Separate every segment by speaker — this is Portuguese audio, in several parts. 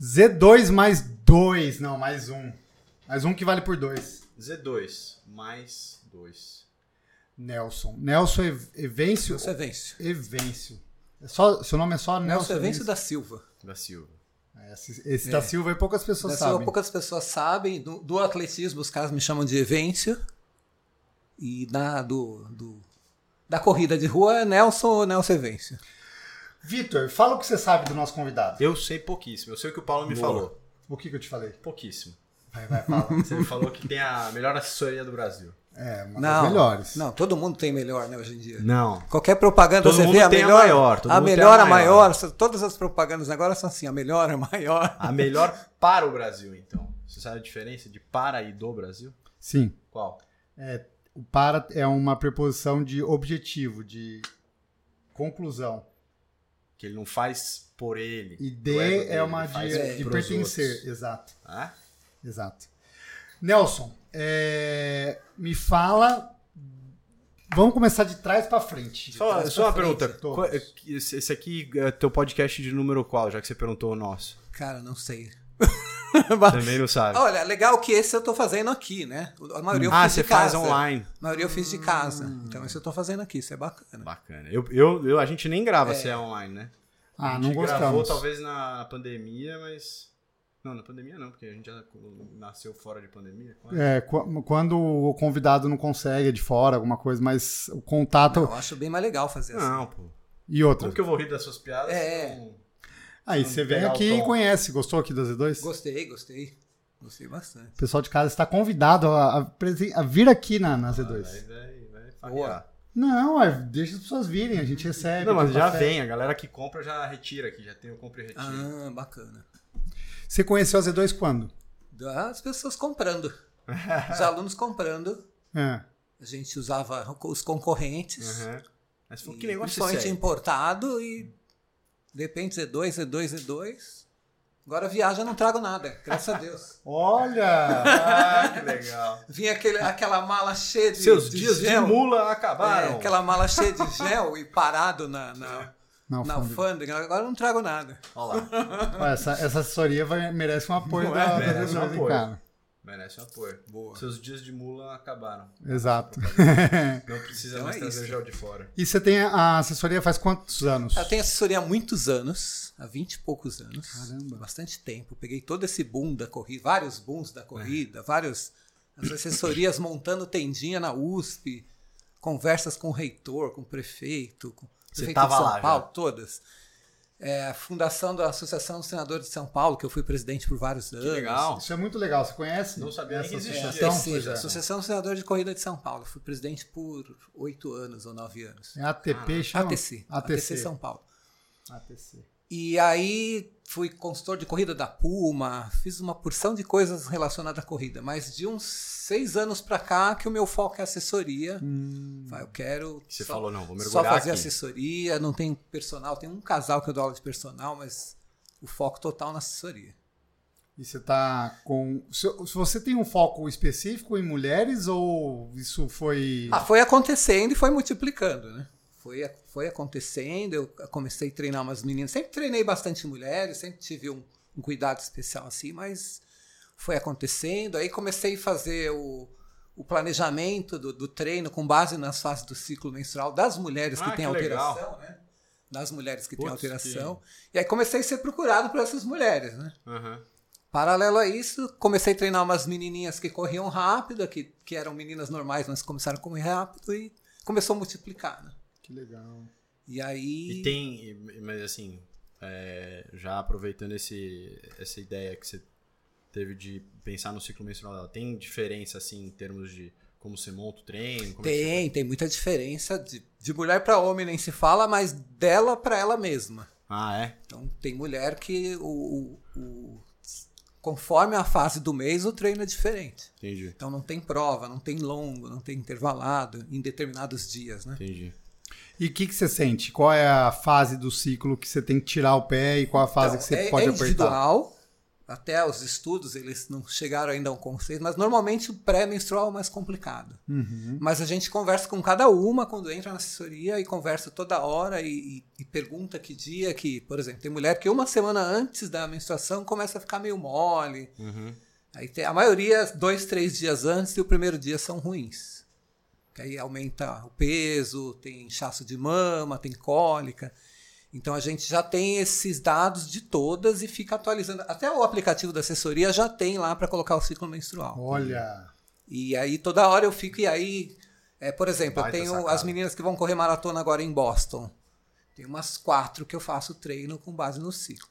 Speaker 1: Z2 mais 2. Não, mais um. Mais um que vale por dois.
Speaker 2: Z2 mais 2.
Speaker 1: Nelson. Nelson Ev- Evêncio.
Speaker 3: Nelson Evêncio.
Speaker 1: Evêncio. É só, seu nome é só Nelson,
Speaker 3: Nelson Evêncio da Silva.
Speaker 2: Da Silva.
Speaker 1: É, Esse, esse da
Speaker 3: É.
Speaker 1: Silva aí poucas pessoas
Speaker 3: Da Silva
Speaker 1: sabem.
Speaker 3: poucas pessoas sabem. Do, do atletismo, os caras me chamam de Evêncio. E da, do, do- da corrida de rua é Nelson ou Nelson Evêncio.
Speaker 1: Vitor, fala o que você sabe do nosso convidado.
Speaker 2: Eu sei pouquíssimo. Eu sei o que o Paulo me
Speaker 3: Boa.
Speaker 2: falou.
Speaker 1: O que, que eu te falei?
Speaker 2: Pouquíssimo.
Speaker 1: Vai, vai, fala.
Speaker 2: Você me falou que tem a melhor assessoria do Brasil.
Speaker 1: É, uma
Speaker 3: Não,
Speaker 1: das melhores.
Speaker 3: Não, todo mundo tem melhor, né, hoje em dia.
Speaker 2: Não.
Speaker 3: Qualquer propaganda
Speaker 2: Todo
Speaker 3: você
Speaker 2: mundo
Speaker 3: vê a
Speaker 2: tem a
Speaker 3: melhor,
Speaker 2: maior, todo
Speaker 3: a
Speaker 2: mundo tem a
Speaker 3: melhor, a
Speaker 2: maior.
Speaker 3: maior. so- Todas as propagandas agora são assim, a melhor, a maior.
Speaker 2: A melhor para o Brasil, então. Você sabe a diferença de para e do Brasil?
Speaker 1: Sim.
Speaker 2: Qual?
Speaker 1: O para é uma preposição de objetivo, de conclusão.
Speaker 2: Que ele não faz por ele.
Speaker 1: E
Speaker 2: O
Speaker 1: de
Speaker 2: ego dele,
Speaker 1: é uma
Speaker 2: ele faz
Speaker 1: de, de
Speaker 2: pros
Speaker 1: pertencer.
Speaker 2: outros.
Speaker 1: Exato,
Speaker 2: Ah?
Speaker 1: exato. Nelson, é, me fala. Vamos começar de trás pra frente. De
Speaker 2: Só,
Speaker 1: trás
Speaker 2: só
Speaker 1: pra
Speaker 2: uma
Speaker 1: frente,
Speaker 2: pergunta. é-
Speaker 1: todos.
Speaker 2: Qua- Esse esse aqui é teu podcast de número qual, já que você perguntou o nosso?
Speaker 3: Cara, não sei.
Speaker 2: Também não sabe.
Speaker 3: Olha, legal que esse eu tô fazendo aqui, né? A maioria eu
Speaker 2: ah,
Speaker 3: fiz
Speaker 2: você
Speaker 3: de casa.
Speaker 2: faz online.
Speaker 3: A maioria eu fiz de casa.
Speaker 2: Hum.
Speaker 3: Então esse eu tô fazendo aqui, isso é bacana.
Speaker 2: Bacana. Eu, eu, eu- a gente nem grava se é online, né?
Speaker 1: Ah,
Speaker 2: a
Speaker 1: não
Speaker 2: gente gravou
Speaker 1: gostamos.
Speaker 2: talvez na pandemia, mas. Não, na pandemia não, porque a gente já nasceu fora de pandemia. quase.
Speaker 1: É, qu- quando o convidado não consegue é de fora, alguma coisa, mas o
Speaker 2: Então-
Speaker 1: contato.
Speaker 3: Eu acho bem mais legal fazer assim.
Speaker 2: Não, pô.
Speaker 1: E outra.
Speaker 2: Como que eu vou rir das suas piadas?
Speaker 3: É.
Speaker 2: Então,
Speaker 1: Aí
Speaker 2: Vamos
Speaker 1: você vem
Speaker 2: pegar o
Speaker 1: aqui e
Speaker 2: tom.
Speaker 1: conhece. Gostou aqui da
Speaker 2: Ah.
Speaker 1: Z2?
Speaker 3: Gostei, gostei. Gostei bastante.
Speaker 1: O pessoal de casa está convidado a, a presen- a vir aqui na, na Z2.
Speaker 2: Vai, vai, vai
Speaker 3: Boa.
Speaker 2: falhar.
Speaker 1: Não, é, deixa as pessoas virem, a gente recebe. tá
Speaker 2: Não, mas
Speaker 1: tem
Speaker 2: já
Speaker 1: café.
Speaker 2: vem, a galera que compra já retira aqui, já tem o compra e retira.
Speaker 3: Ah, bacana.
Speaker 1: Você conheceu a Z2 quando?
Speaker 3: As pessoas comprando. Os alunos comprando.
Speaker 1: É.
Speaker 3: A gente usava os concorrentes.
Speaker 2: Uhum. Mas foi
Speaker 3: E
Speaker 2: que negócio é
Speaker 3: principalmente
Speaker 2: esse aí?
Speaker 3: importado e de repente Z2, Z2, Z2. Agora viagem eu não trago nada, graças a Deus.
Speaker 1: Olha!
Speaker 2: Ah, que legal.
Speaker 3: Vinha aquele, aquela mala cheia de
Speaker 2: Seus
Speaker 3: de
Speaker 2: dias de
Speaker 3: gel.
Speaker 2: mula
Speaker 3: É,
Speaker 2: acabaram.
Speaker 3: aquela mala cheia de gel e parado na, na,
Speaker 1: Não, um
Speaker 3: na
Speaker 1: Fábio.
Speaker 3: alfândega. Agora eu não trago nada.
Speaker 2: Olha lá.
Speaker 1: Olha, essa, essa assessoria vai- merece um apoio
Speaker 2: Não
Speaker 1: da,
Speaker 2: é?
Speaker 1: da
Speaker 2: Merece um
Speaker 1: Z2, hein,
Speaker 2: apoio.
Speaker 1: cara.
Speaker 2: Merece um apoio.
Speaker 3: Boa.
Speaker 2: Seus dias de mula acabaram.
Speaker 1: Exato.
Speaker 2: Não precisa
Speaker 3: Então
Speaker 2: mais
Speaker 3: é
Speaker 2: trazer
Speaker 3: isso.
Speaker 2: gel de fora.
Speaker 1: e você tem a assessoria faz quantos anos?
Speaker 3: Eu tenho assessoria há muitos anos, há 20 e poucos anos.
Speaker 1: Caramba.
Speaker 3: Bastante tempo. Peguei todo esse boom da corrida, vários booms da corrida, vários as assessorias montando tendinha na USP, conversas com o reitor, com o prefeito, com o
Speaker 2: Você
Speaker 3: prefeito
Speaker 2: tava
Speaker 3: de São
Speaker 2: lá já?
Speaker 3: Paulo, todas. É, a fundação da Associação dos Senadores de São Paulo, que eu fui presidente por vários anos.
Speaker 1: Isso é muito legal, você conhece?
Speaker 2: Não sabia nem que
Speaker 1: essa
Speaker 2: existia.
Speaker 3: Ou
Speaker 1: associação?
Speaker 3: seja,
Speaker 1: Pois é.
Speaker 3: Associação dos Senadores de Corrida de São Paulo. Eu fui presidente por oito anos ou nove anos.
Speaker 1: É
Speaker 3: Ah,
Speaker 1: ATP, chama?
Speaker 3: ATC, ATC
Speaker 1: ATC.
Speaker 3: São Paulo.
Speaker 1: ATC.
Speaker 3: E aí fui consultor de corrida da Puma, fiz uma porção de coisas relacionadas à corrida, mas de uns seis anos pra cá que o meu foco é assessoria. Vai, Eu quero
Speaker 2: Você
Speaker 3: só,
Speaker 2: falou, não, vou
Speaker 3: só
Speaker 2: mergulhar
Speaker 3: fazer
Speaker 2: aqui.
Speaker 3: assessoria, não tem personal, tem um casal que eu dou aula de personal, mas o foco total na assessoria.
Speaker 1: E você tá com. Se se você tem um foco específico em mulheres ou isso foi.
Speaker 3: Ah, foi acontecendo e foi multiplicando, né? Foi, foi acontecendo, eu comecei a treinar umas meninas. Sempre treinei bastante mulheres, sempre tive um, um cuidado especial assim, mas foi acontecendo. Aí comecei a fazer o, o planejamento do, do treino com base nas fases do ciclo menstrual das mulheres
Speaker 2: Ah,
Speaker 3: que têm
Speaker 2: que legal.
Speaker 3: alteração, né? Das mulheres que têm
Speaker 2: Putz,
Speaker 3: alteração. E aí comecei a ser procurado por essas mulheres, né?
Speaker 2: Aham.
Speaker 3: Paralelo a isso, comecei a treinar umas menininhas que corriam rápido, que, que eram meninas normais, mas começaram a correr rápido e começou a multiplicar, né?
Speaker 1: Que legal.
Speaker 3: E aí...
Speaker 2: E tem, e- mas assim, é, já aproveitando esse, essa ideia que você teve de pensar no ciclo menstrual dela, tem diferença assim em termos de como você monta o treino? Como é que
Speaker 3: Tem, tem muita diferença de, de mulher para homem, nem se fala, mas dela para ela mesma.
Speaker 2: você- Ah, é?
Speaker 3: Então, tem mulher que, o, o- o- conforme a fase do mês, o treino é diferente.
Speaker 2: Entendi,
Speaker 3: Então, não tem prova, não tem longo, não tem intervalado em determinados dias, né?
Speaker 2: entendi.
Speaker 1: E o que, que você sente? Qual é a fase do ciclo que você tem que tirar o pé e qual a fase
Speaker 3: Então,
Speaker 1: que você
Speaker 3: é,
Speaker 1: pode
Speaker 3: é
Speaker 1: apertar?
Speaker 3: individual, até os estudos eles não chegaram ainda a um conceito, mas normalmente o pré-menstrual é o mais complicado.
Speaker 1: Uhum.
Speaker 3: Mas a gente conversa com cada uma quando entra na assessoria e conversa toda hora e, e- e pergunta que dia que, por exemplo, tem mulher que uma semana antes da menstruação começa a ficar meio mole.
Speaker 2: Uhum.
Speaker 3: Aí tem, a maioria, dois, três dias antes e o primeiro dia são ruins. Que aí aumenta o peso, tem inchaço de mama, tem cólica. Então a gente já tem esses dados de todas e fica atualizando. Até o aplicativo da assessoria já tem lá para colocar o ciclo menstrual.
Speaker 1: Olha.
Speaker 3: E aí toda hora eu fico, e aí, é, por exemplo, eu
Speaker 2: Baita
Speaker 3: tenho
Speaker 2: sacada.
Speaker 3: as meninas que vão correr maratona agora em Boston. Tem umas quatro que eu faço treino com base no ciclo.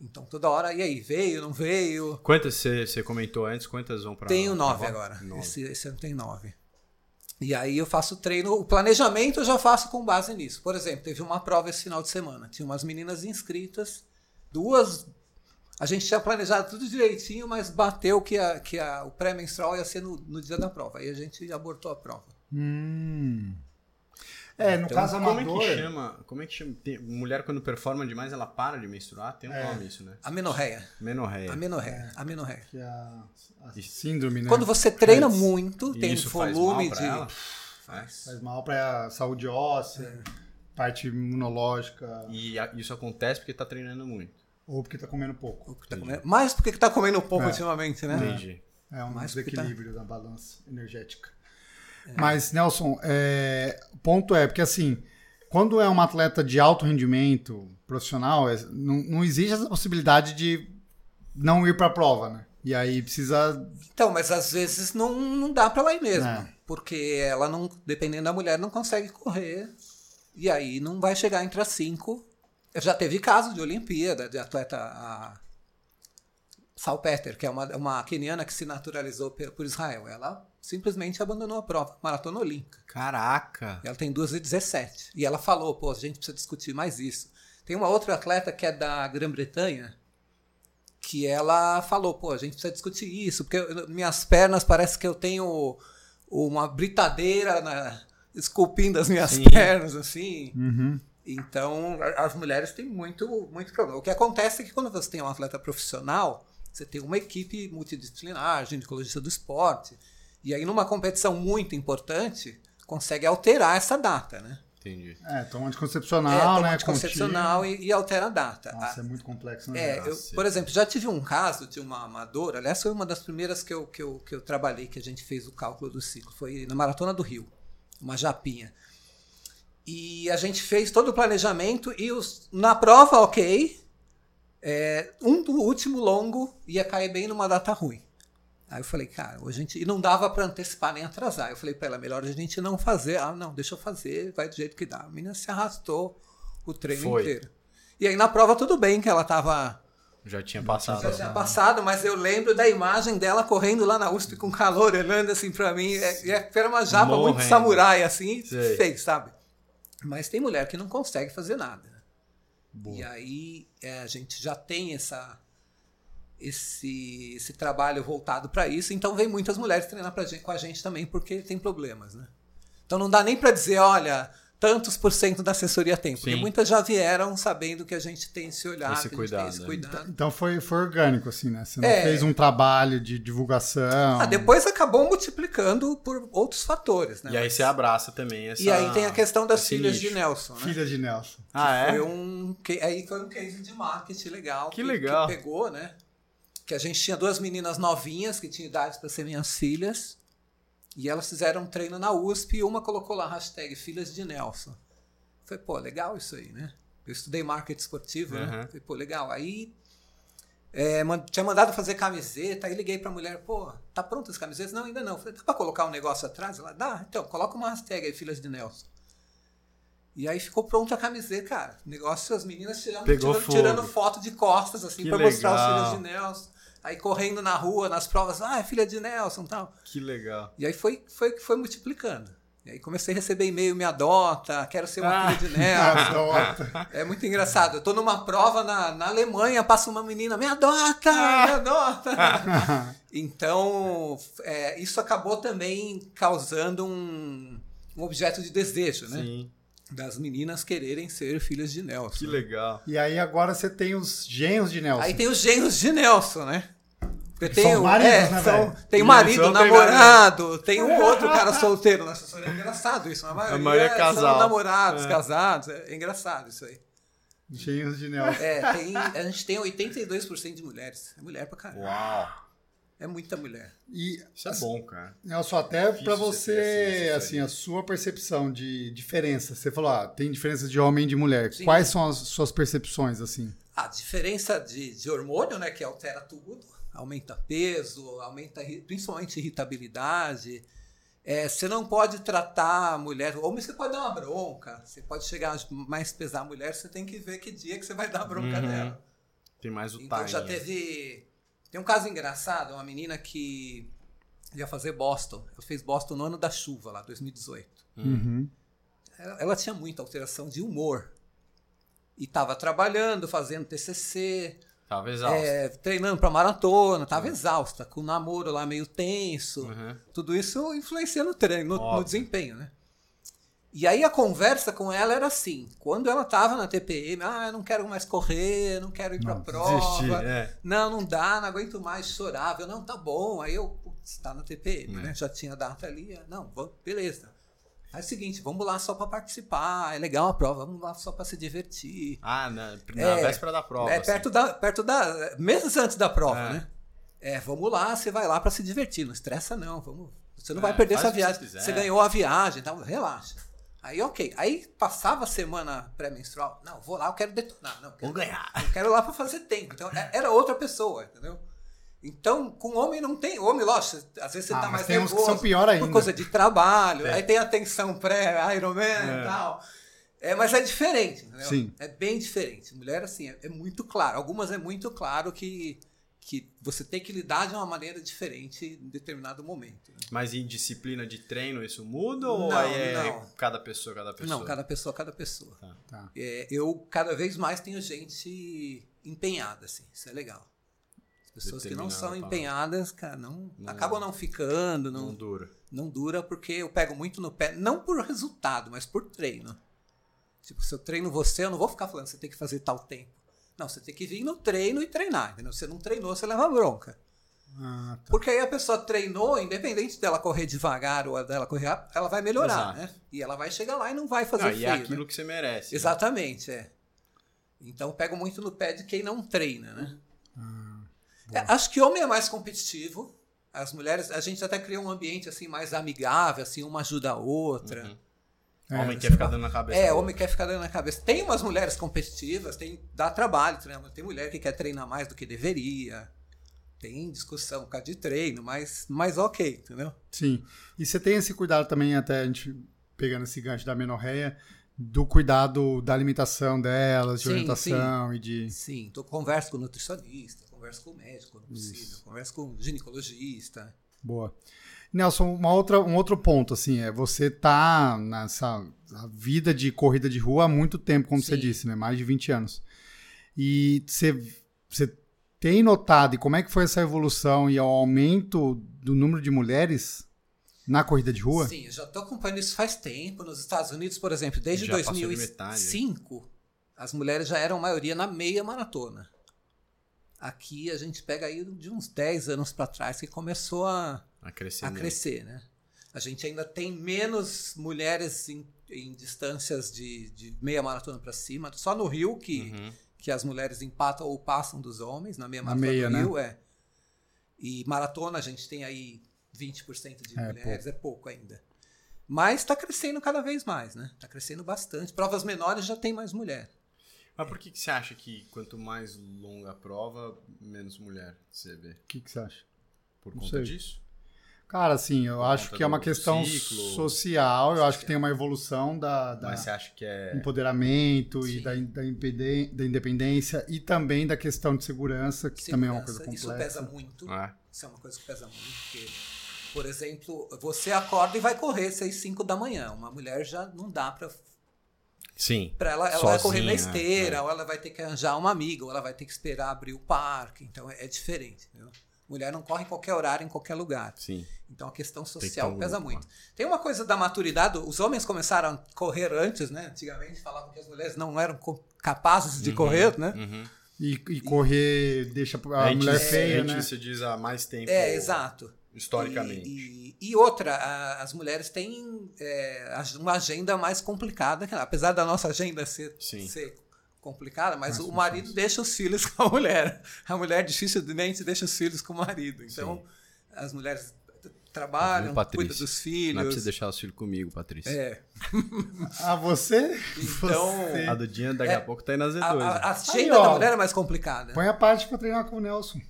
Speaker 3: Então toda hora, e aí, veio, não veio?
Speaker 2: Quantas você você comentou antes? Quantas vão pra.
Speaker 3: Tenho
Speaker 2: pra
Speaker 3: nove
Speaker 2: roda?
Speaker 3: agora.
Speaker 2: Nove.
Speaker 3: Esse, esse ano tem nove. E aí eu faço treino, o planejamento eu já faço com base nisso. Por exemplo, teve uma prova esse final de semana. Tinha umas meninas inscritas, duas. A gente tinha planejado tudo direitinho, mas bateu que, a- que a- o pré-menstrual ia ser no, no dia da prova. Aí a gente abortou a prova.
Speaker 1: Hum. É, no
Speaker 3: Então,
Speaker 1: caso
Speaker 2: Como é que
Speaker 1: amador.
Speaker 2: chama? Como é que chama? Tem- mulher quando performa demais, ela para de menstruar? Tem um nome isso, né?
Speaker 3: Amenorreia.
Speaker 2: Menorreia.
Speaker 3: Amenorreia. Amenorreia.
Speaker 1: que é a, a síndrome, né?
Speaker 3: Quando você treina
Speaker 2: Mas-
Speaker 3: muito,
Speaker 2: E
Speaker 3: tem
Speaker 2: isso faz
Speaker 3: volume
Speaker 2: mal pra
Speaker 3: de.
Speaker 2: ela?
Speaker 3: Faz. um
Speaker 1: Faz mal pra saúde óssea, parte imunológica,
Speaker 2: E a- isso acontece porque tá treinando muito.
Speaker 1: ou porque tá comendo pouco.
Speaker 3: O que tá comendo- Mais porque que tá comendo pouco
Speaker 1: É.
Speaker 3: ultimamente, né?
Speaker 2: Entendi.
Speaker 1: É um
Speaker 3: Mas porque tá-
Speaker 1: desequilíbrio da balança energética. Mas, Nelson, é, o ponto é, porque assim, quando é uma atleta de alto rendimento profissional, é- não, não existe essa possibilidade de não ir pra prova, né? E aí precisa.
Speaker 3: Então, mas às vezes não, não dá pra ela ir mesmo.
Speaker 1: É.
Speaker 3: Porque ela não, dependendo da mulher, não consegue correr. E aí não vai chegar entre as cinco. Eu já teve caso de Olimpíada, de atleta a Salpeter, que é uma, uma keniana que se naturalizou pe- por Israel. Ela simplesmente abandonou a prova, maratona olímpica.
Speaker 2: Caraca!
Speaker 3: Ela tem 2 e 17. E ela falou, pô, a gente precisa discutir mais isso. Tem uma outra atleta que é da Grã-Bretanha, que ela falou, pô, a gente precisa discutir isso, porque eu- minhas pernas parece que eu tenho uma britadeira na- esculpindo as minhas
Speaker 2: Sim.
Speaker 3: pernas, assim.
Speaker 1: Uhum.
Speaker 3: Então, a- as mulheres têm muito, muito problema. O que acontece é que quando você tem um atleta profissional, você tem uma equipe multidisciplinar, ginecologista do esporte, e aí numa competição muito importante, consegue alterar essa data, né?
Speaker 2: Entendi.
Speaker 1: É, toma
Speaker 3: é,
Speaker 1: anticoncepcional,
Speaker 3: toma
Speaker 1: né?
Speaker 3: anticoncepcional e, e altera a data.
Speaker 1: contigo. Nossa,
Speaker 3: A-
Speaker 1: é muito complexo, né?
Speaker 3: Ah, é, eu,
Speaker 2: Cacete.
Speaker 3: por exemplo, já tive um caso de uma amadora, aliás, foi uma das primeiras que eu, que, eu, que eu trabalhei, que a gente fez o cálculo do ciclo, foi na Maratona do Rio, uma japinha. E a gente fez todo o planejamento e os- na prova, ok, é, um do último longo ia cair bem numa data ruim. Aí eu falei, cara, hoje a gente. E não dava pra antecipar nem atrasar. Eu falei pra ela, melhor a gente não fazer. Ah, não, deixa eu fazer, vai do jeito que dá. A menina se arrastou o treino
Speaker 2: Foi.
Speaker 3: inteiro. E aí na prova, tudo bem que ela tava
Speaker 2: Já tinha passado.
Speaker 3: já tinha passado, mas eu lembro da imagem dela correndo lá na USP com calor, olhando assim pra mim. É, é, era uma japa
Speaker 2: Morrendo.
Speaker 3: muito samurai, assim,
Speaker 2: Sei.
Speaker 3: fez, sabe? Mas tem mulher que não consegue fazer nada. E
Speaker 1: Boa.
Speaker 3: aí é, a gente já tem essa, esse, esse trabalho voltado pra isso, então vem muitas mulheres treinar pra gente, com a gente também, porque tem problemas, né? Então não dá nem pra dizer, olha, tantos por cento da assessoria tem, porque
Speaker 2: Sim.
Speaker 3: muitas já vieram sabendo que a gente tem esse olhar,
Speaker 2: Esse
Speaker 3: que a gente tem esse
Speaker 2: cuidado, né?
Speaker 3: cuidado.
Speaker 1: Então foi, foi orgânico, assim, né? Você não
Speaker 3: É.
Speaker 1: fez um trabalho de divulgação.
Speaker 3: Ah, depois acabou multiplicando por outros fatores, né?
Speaker 2: E aí você abraça também essa.
Speaker 3: E aí tem a questão das
Speaker 2: esse
Speaker 3: filhas
Speaker 2: nicho.
Speaker 3: de Nelson, né?
Speaker 1: Filha de Nelson.
Speaker 2: Ah, é?
Speaker 3: Foi um, que, aí foi um case de marketing legal.
Speaker 2: Que legal.
Speaker 3: Que pegou, né? Que a gente tinha duas meninas novinhas que tinham idade para ser minhas filhas. E elas fizeram um treino na USP e uma colocou lá a hashtag Filhas de Nelson. Foi, pô, legal isso aí, né? Eu estudei marketing esportivo,
Speaker 2: Uhum.
Speaker 3: né? Foi, pô, legal. Aí é, man- tinha mandado fazer camiseta, aí liguei pra mulher, pô, tá pronta as camisetas? Não, ainda não. Falei, dá pra colocar um negócio atrás? Ela, dá, então, coloca uma hashtag aí, Filhas de Nelson. E aí ficou pronta a camiseta, cara. O negócio, as meninas tirando,
Speaker 2: Pegou
Speaker 3: tirando,
Speaker 2: fogo.
Speaker 3: tirando foto de costas, assim,
Speaker 2: Que
Speaker 3: pra mostrar
Speaker 2: legal.
Speaker 3: os Filhas de Nelson. Aí correndo na rua, nas provas, ah, é filha de Nelson e tal.
Speaker 2: Que legal.
Speaker 3: E aí foi foi foi multiplicando. E aí comecei a receber e-mail, me adota, quero ser
Speaker 2: Ah.
Speaker 3: uma filha de
Speaker 1: Ah,
Speaker 3: Nelson.
Speaker 1: Adota.
Speaker 3: É muito engraçado. Eu tô numa prova na, na Alemanha, passa uma menina, me adota,
Speaker 2: Ah.
Speaker 3: me adota. Então, é, isso acabou também causando um, um objeto de desejo, né?
Speaker 2: Sim.
Speaker 3: das meninas quererem ser filhas de Nelson.
Speaker 2: Que legal.
Speaker 1: E aí agora você tem os genros de Nelson.
Speaker 3: Aí tem os genros de Nelson, né? Porque tem
Speaker 1: São
Speaker 3: o,
Speaker 1: maridos,
Speaker 3: é,
Speaker 1: né,
Speaker 3: são-
Speaker 1: velho?
Speaker 3: tem o
Speaker 2: Eles
Speaker 3: marido,
Speaker 2: são
Speaker 3: namorado, tem um outro cara solteiro na assessoria. É engraçado isso. A maioria,
Speaker 2: maioria é casal.
Speaker 3: São namorados,
Speaker 2: É.
Speaker 3: casados. É engraçado isso aí.
Speaker 1: Genros de Nelson.
Speaker 3: É, tem- a gente tem 82% de mulheres. É mulher pra caralho.
Speaker 2: Uau.
Speaker 3: É muita mulher.
Speaker 1: E
Speaker 2: Isso é bom, cara.
Speaker 1: Nelson, até
Speaker 2: Difícil
Speaker 1: pra
Speaker 2: você ter,
Speaker 1: você,
Speaker 2: assim,
Speaker 1: assim,
Speaker 2: essa
Speaker 1: a sua percepção de diferença. Você falou, ah, tem diferença de homem e de mulher.
Speaker 3: Sim.
Speaker 1: Quais são as suas percepções, assim?
Speaker 3: A diferença de, de hormônio, né, que altera tudo, aumenta peso, aumenta irri- principalmente irritabilidade. É, você não pode tratar a mulher, homem você pode dar uma bronca, você pode chegar a mais pesar a mulher, você tem que ver que dia que você vai dar a bronca
Speaker 2: Uhum. é.
Speaker 3: dela.
Speaker 2: Tem mais o
Speaker 3: Então
Speaker 2: timing.
Speaker 3: já teve. Tem um caso engraçado, uma menina que ia fazer Boston. Ela fez Boston no ano da chuva, lá, 2018.
Speaker 1: Uhum.
Speaker 3: Ela, ela tinha muita alteração de humor. E tava trabalhando, fazendo TCC,
Speaker 2: Tava exausto.
Speaker 3: é, treinando pra maratona, tava exausta, com o namoro lá meio tenso.
Speaker 2: Uhum.
Speaker 3: Tudo isso influencia no treino, no,
Speaker 2: Óbvio.
Speaker 3: no desempenho, né? E aí a conversa com ela era assim, quando ela tava na TPM, ah, eu não quero mais correr, eu não quero ir pra
Speaker 1: Não,
Speaker 3: prova,
Speaker 1: desisti,
Speaker 2: É.
Speaker 3: não, não dá, não aguento mais, chorava. Eu, não, tá bom. Aí eu, putz, tá na TPM,
Speaker 2: É.
Speaker 3: né? Já tinha data ali. eu, Não, vamos, beleza. Aí é o seguinte, vamos lá só pra participar, é legal a prova, vamos lá só pra se divertir.
Speaker 2: Ah, na, na
Speaker 3: É.
Speaker 2: véspera da prova.
Speaker 3: é,
Speaker 2: assim.
Speaker 3: perto da, perto da, meses antes da prova,
Speaker 2: É.
Speaker 3: né? É, vamos lá, você vai lá pra se divertir, não estressa não, vamos. Você não
Speaker 2: É,
Speaker 3: vai perder
Speaker 2: faz
Speaker 3: essa
Speaker 2: o que você
Speaker 3: viagem.
Speaker 2: quiser.
Speaker 3: Você ganhou a viagem, então relaxa. Aí, ok. Aí passava a semana pré-menstrual. Não, vou lá, eu quero detonar. Não, quero
Speaker 2: Vou ganhar.
Speaker 3: eu quero ir lá para fazer tempo. Então, é- era outra pessoa, entendeu? Então, com homem não tem. Homem, lógico, cê- às vezes você
Speaker 1: Ah,
Speaker 3: tá
Speaker 1: mas
Speaker 3: mais
Speaker 1: tem uns
Speaker 3: nervoso.
Speaker 1: que são pior ainda.
Speaker 3: Por coisa de trabalho.
Speaker 2: É.
Speaker 3: Aí tem a tensão pré-Ironman
Speaker 2: É.
Speaker 3: e tal. É, mas é diferente, entendeu?
Speaker 1: Sim.
Speaker 3: É bem diferente. Mulher, assim, é, é muito claro. Algumas é muito claro que, que você tem que lidar de uma maneira diferente em determinado momento. né?
Speaker 2: Mas em disciplina de treino isso muda ou
Speaker 3: Não,
Speaker 2: aí é
Speaker 3: não.
Speaker 2: cada pessoa, cada pessoa?
Speaker 3: Não, cada pessoa, cada pessoa.
Speaker 2: Tá.
Speaker 1: Tá.
Speaker 3: É, eu cada vez mais tenho gente empenhada, assim, isso é legal. As pessoas que não são
Speaker 2: Determinada,
Speaker 3: empenhadas, cara, não,
Speaker 2: Não-
Speaker 3: acabam não ficando, não,
Speaker 2: Não
Speaker 3: não,
Speaker 2: dura.
Speaker 3: dura, porque eu pego muito no pé, não por resultado, mas por treino. Tipo, se eu treino você, eu não vou ficar falando, você tem que fazer tal tempo. Não, você tem que vir no treino e treinar, entendeu? Você não treinou, você leva bronca.
Speaker 1: Ah, tá.
Speaker 3: Porque aí a pessoa treinou, independente dela correr devagar ou dela correr rápido, ela vai melhorar,
Speaker 2: Exato.
Speaker 3: né? E ela vai chegar lá e não vai fazer
Speaker 2: Não,
Speaker 3: feio,
Speaker 2: e é
Speaker 3: né?
Speaker 2: aquilo que você merece. né?
Speaker 3: Exatamente, é. Então eu pego muito no pé de quem não treina, né? É, acho que homem é mais competitivo. As mulheres, a gente até cria um ambiente assim mais amigável, assim, uma ajuda a outra.
Speaker 2: Uhum.
Speaker 1: É,
Speaker 2: homem quer ficar dando na cabeça.
Speaker 3: É,
Speaker 2: do
Speaker 3: homem
Speaker 2: outro.
Speaker 3: quer ficar dando na cabeça. Tem umas mulheres competitivas, tem dá trabalho, treinar. tem mulher que quer treinar mais do que deveria. Tem discussão por causa de treino, mas, mas ok, entendeu?
Speaker 1: Sim. E você tem esse cuidado também, até a gente pegando esse gancho da menorreia, do cuidado da alimentação delas, de
Speaker 3: Sim,
Speaker 1: orientação e de.
Speaker 3: Sim, então eu converso com o nutricionista, converso com o médico quando possível, converso com o ginecologista.
Speaker 1: Boa. Nelson, uma outra, um outro ponto, assim, é você tá nessa vida de corrida de rua há muito tempo, como você
Speaker 3: Sim.
Speaker 1: disse, né? Mais de 20 anos. E você, você tem notado, e como é que foi essa evolução e o aumento do número de mulheres na corrida de rua?
Speaker 3: Sim, eu já estou acompanhando isso faz tempo. Nos Estados Unidos, por exemplo, desde
Speaker 2: Já passou de metade.
Speaker 3: 2005, as mulheres já eram maioria na meia maratona. Aqui a gente pega aí de uns 10 anos para trás que começou a,
Speaker 2: A crescer.
Speaker 3: a
Speaker 2: muito.
Speaker 3: crescer, né? A gente ainda tem menos mulheres em, em distâncias de, de meia maratona para cima. Só no Rio que
Speaker 2: Uhum.
Speaker 3: que as mulheres empatam ou passam dos homens na meia
Speaker 1: Na
Speaker 3: maratona
Speaker 1: meia,
Speaker 3: do
Speaker 1: né?
Speaker 3: Rio, é. E maratona a gente tem aí 20% de
Speaker 1: É,
Speaker 3: mulheres, é pouco ainda. Mas está crescendo cada vez mais, né? Está crescendo bastante. Provas menores já tem mais mulher.
Speaker 2: Mas por que, que você acha que quanto mais longa a prova, menos mulher você vê?
Speaker 1: O que, que você acha?
Speaker 2: Por
Speaker 1: Não
Speaker 2: conta
Speaker 1: sei.
Speaker 2: disso?
Speaker 1: Cara, assim, eu
Speaker 2: Por
Speaker 1: acho
Speaker 2: conta
Speaker 1: que é uma
Speaker 2: do
Speaker 1: questão
Speaker 2: ciclo.
Speaker 1: social, eu acho que tem uma evolução da, da-
Speaker 2: Mas você acha que é.
Speaker 1: empoderamento e
Speaker 3: Sim.
Speaker 1: da, in- da impede- da independência e também da questão de segurança, que também é uma coisa
Speaker 3: Segurança,
Speaker 1: complexa.
Speaker 3: Isso pesa muito.
Speaker 2: Ah,
Speaker 3: Isso é uma coisa que pesa muito. Porque, por exemplo, você acorda e vai correr 6, 5 da manhã. Uma mulher já não dá para
Speaker 2: sim.
Speaker 3: Pra ela, ela
Speaker 2: Sozinha,
Speaker 3: vai correr na esteira,
Speaker 2: é.
Speaker 3: um ou ela vai ter que arranjar uma amiga, ou ela vai ter que esperar abrir o parque. Então é, é diferente. entendeu? Mulher não corre em qualquer horário, em qualquer lugar.
Speaker 2: Sim.
Speaker 3: Então a questão
Speaker 2: que
Speaker 3: social
Speaker 2: ter um
Speaker 3: pesa
Speaker 2: grupo,
Speaker 3: muito. Tem uma coisa da maturidade, os homens começaram a correr antes, né? Antigamente falavam que as mulheres não eram co- capazes de correr, né?
Speaker 2: Uhum.
Speaker 1: E, e correr deixa a,
Speaker 2: gente-
Speaker 1: mulher feia,
Speaker 2: A
Speaker 1: né?
Speaker 2: gente se diz há mais tempo.
Speaker 3: É, exato.
Speaker 2: Historicamente.
Speaker 3: E, e- e outra, a- as mulheres têm é, ag- uma agenda mais complicada, que- apesar da nossa agenda ser,
Speaker 2: Sim.
Speaker 3: ser complicada, mas o marido deixa os filhos com a mulher. A mulher dificilmente deixa os filhos com o marido. Então, as mulheres t- trabalham,
Speaker 2: Viu, Patrícia?
Speaker 3: cuidam dos
Speaker 2: Não é pra você
Speaker 3: filhos.
Speaker 2: deixar os filhos comigo, Patrícia.
Speaker 3: É.
Speaker 1: Ah, você?
Speaker 3: Então,
Speaker 1: Você.
Speaker 2: A Dudinha daqui
Speaker 3: É.
Speaker 2: a pouco tá indo nas
Speaker 3: A,
Speaker 2: E2.
Speaker 3: a- a
Speaker 1: Aí,
Speaker 3: agenda
Speaker 1: ó.
Speaker 3: da mulher é mais complicada.
Speaker 1: Põe a parte pra treinar com o Nelson.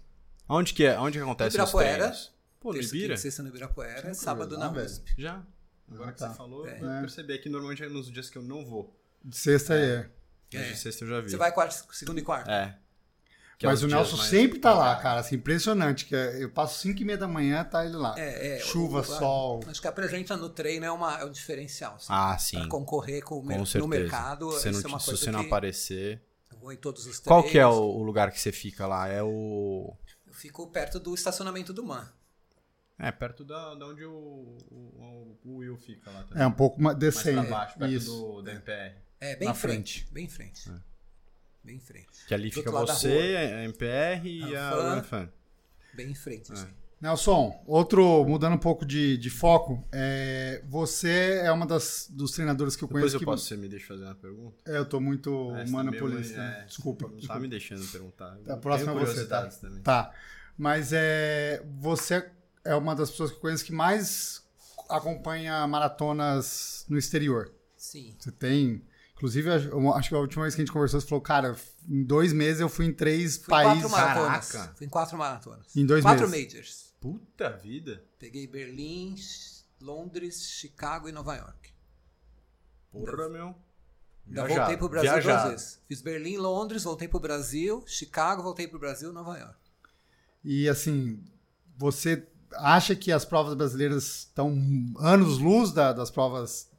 Speaker 2: Onde que é? Onde que acontece os
Speaker 3: Ibirapuera.
Speaker 2: treinos? Pô,
Speaker 3: Terça,
Speaker 2: Libira?
Speaker 3: quinta, sexta no Ibirapuera,
Speaker 1: Nunca
Speaker 3: sábado
Speaker 1: viu,
Speaker 3: na
Speaker 1: não, velho?
Speaker 3: USP.
Speaker 2: Já. Agora
Speaker 1: Ah,
Speaker 2: que
Speaker 1: tá.
Speaker 2: você falou,
Speaker 3: É.
Speaker 2: eu percebi. É que normalmente é nos dias que eu não vou.
Speaker 1: De sexta é.
Speaker 2: Mas
Speaker 3: É.
Speaker 2: de sexta eu já vi.
Speaker 3: Você vai quarta, segunda e quarta.
Speaker 2: É. Que é
Speaker 1: Mas
Speaker 2: os
Speaker 1: o
Speaker 2: dias
Speaker 1: Nelson
Speaker 2: mais-
Speaker 1: sempre tá lá, cara. Assim, impressionante. Que é- eu passo 5 e meia da manhã, tá ele lá.
Speaker 3: É, é,
Speaker 1: Chuva,
Speaker 3: o- a-
Speaker 1: sol.
Speaker 3: Acho que a presença no treino é, uma, é um diferencial. assim.
Speaker 2: Ah, sim.
Speaker 3: Pra concorrer com o mer-
Speaker 2: Com certeza.
Speaker 3: no mercado,
Speaker 2: se você não,
Speaker 3: isso é uma
Speaker 2: se
Speaker 3: coisa
Speaker 2: você não
Speaker 3: que
Speaker 2: aparecer.
Speaker 3: eu vou em todos os
Speaker 2: Qual que é o,
Speaker 3: treinos.
Speaker 2: o lugar que você fica lá? É o.
Speaker 3: Eu fico perto do estacionamento do MAN.
Speaker 2: É, perto da, da onde o, o, o Will fica lá também.
Speaker 1: É um pouco mais
Speaker 2: Mais pra
Speaker 1: descendo.
Speaker 2: baixo, perto
Speaker 1: Isso.
Speaker 2: do, do MPR.
Speaker 3: É, bem
Speaker 1: Na
Speaker 3: em frente, Bem em frente. Bem em frente.
Speaker 2: É. Que ali
Speaker 3: Do
Speaker 2: fica
Speaker 3: outro lado da
Speaker 2: você, é, a MPR e
Speaker 3: A
Speaker 2: a
Speaker 3: Fan.
Speaker 2: Unfan.
Speaker 3: Bem em frente.
Speaker 2: É.
Speaker 3: assim.
Speaker 1: Nelson, outro, mudando um pouco de, de foco, é, você é uma das dos treinadores que eu
Speaker 2: Depois
Speaker 1: conheço
Speaker 2: eu
Speaker 1: que.
Speaker 2: posso, você me deixa fazer uma pergunta?
Speaker 1: É, eu tô muito
Speaker 2: Essa também é uma-
Speaker 1: manapolista. né?
Speaker 2: é,
Speaker 1: Desculpa.
Speaker 2: Não tá me deixando perguntar. Eu
Speaker 1: A próxima
Speaker 2: tenho
Speaker 1: é você, tá?
Speaker 2: curiosidades também.
Speaker 1: Tá. Mas é, você é uma das pessoas que eu conheço que mais acompanha maratonas no exterior.
Speaker 3: Sim.
Speaker 1: Você tem. Inclusive, acho- eu acho que a última vez que a gente conversou, você falou, cara, em dois meses eu fui em três
Speaker 3: Fui em
Speaker 1: países.
Speaker 3: quatro maratonas.
Speaker 2: Caraca.
Speaker 3: Fui em quatro maratonas.
Speaker 1: Em dois
Speaker 3: quatro
Speaker 1: meses.
Speaker 3: majors.
Speaker 2: Puta vida.
Speaker 3: Peguei Berlim, Ch- Londres, Chicago e Nova York.
Speaker 2: Porra, meu.
Speaker 3: Ainda
Speaker 2: Viajado,
Speaker 3: voltei pro Brasil
Speaker 2: viajado.
Speaker 3: duas vezes. Fiz Berlim, Londres, voltei pro Brasil, Chicago, voltei pro Brasil, Nova York.
Speaker 1: E assim, você acha que as provas brasileiras estão anos-luz da- das provas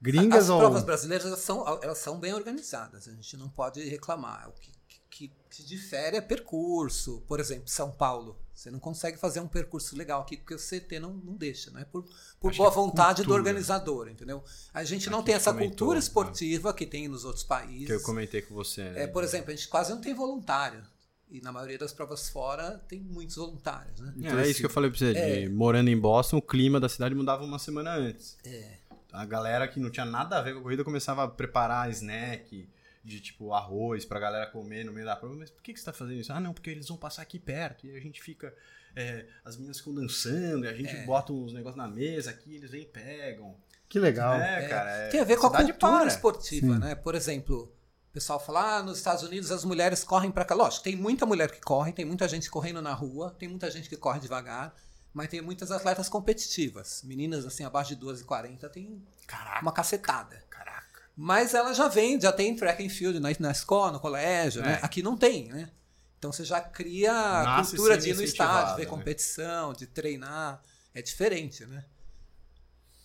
Speaker 1: gringas?
Speaker 3: As
Speaker 1: ou...
Speaker 3: provas brasileiras elas são, elas são bem organizadas, a gente não pode reclamar. O que, que, que difere é percurso. Por exemplo, São Paulo. Você não consegue fazer um percurso legal aqui porque o CT não, não deixa, não é por, por
Speaker 2: Acho
Speaker 3: boa
Speaker 2: que é
Speaker 3: vontade do
Speaker 2: cultura.
Speaker 3: organizador, entendeu? A gente não
Speaker 2: Aqui
Speaker 3: tem essa
Speaker 2: comentou,
Speaker 3: cultura
Speaker 2: né?
Speaker 3: esportiva que tem nos outros
Speaker 2: Que eu
Speaker 3: países.
Speaker 2: comentei com você, né?
Speaker 3: É, por exemplo, a gente quase não tem voluntário. E na maioria das provas fora tem muitos voluntários, né?
Speaker 2: É, é isso que eu falei pra você. de morando em Boston, o clima da cidade mudava uma semana antes.
Speaker 3: É.
Speaker 2: A galera que não tinha nada a ver com a corrida começava a preparar snack de tipo arroz pra galera comer no meio da prova. Mas por que, que você tá fazendo isso? Ah, não, porque eles vão passar aqui perto. E a gente fica. é, as meninas ficam dançando, e a
Speaker 3: É.
Speaker 2: gente bota uns negócios na mesa aqui, eles vêm e pegam.
Speaker 1: Que legal.
Speaker 2: É, cara. é-
Speaker 3: Tem a ver com a
Speaker 2: cidade
Speaker 3: cultura
Speaker 2: para.
Speaker 3: esportiva, né? Por exemplo, o pessoal fala, ah, nos Estados Unidos as mulheres correm pra cá. Lógico, tem muita mulher que corre, tem muita gente correndo na rua, tem muita gente que corre devagar, mas tem muitas atletas competitivas. Meninas, assim, abaixo de 2,40 tem
Speaker 2: Caraca,
Speaker 3: uma cacetada.
Speaker 2: caraca.
Speaker 3: Mas ela já vem, já tem track and field na, na escola, no colégio, né?
Speaker 2: É.
Speaker 3: Aqui não tem, né? Então você já cria a
Speaker 2: Nasce
Speaker 3: cultura
Speaker 2: sendo
Speaker 3: de ir no
Speaker 2: incentivada,
Speaker 3: estádio, ver
Speaker 2: né?
Speaker 3: competição, de treinar. É diferente, né?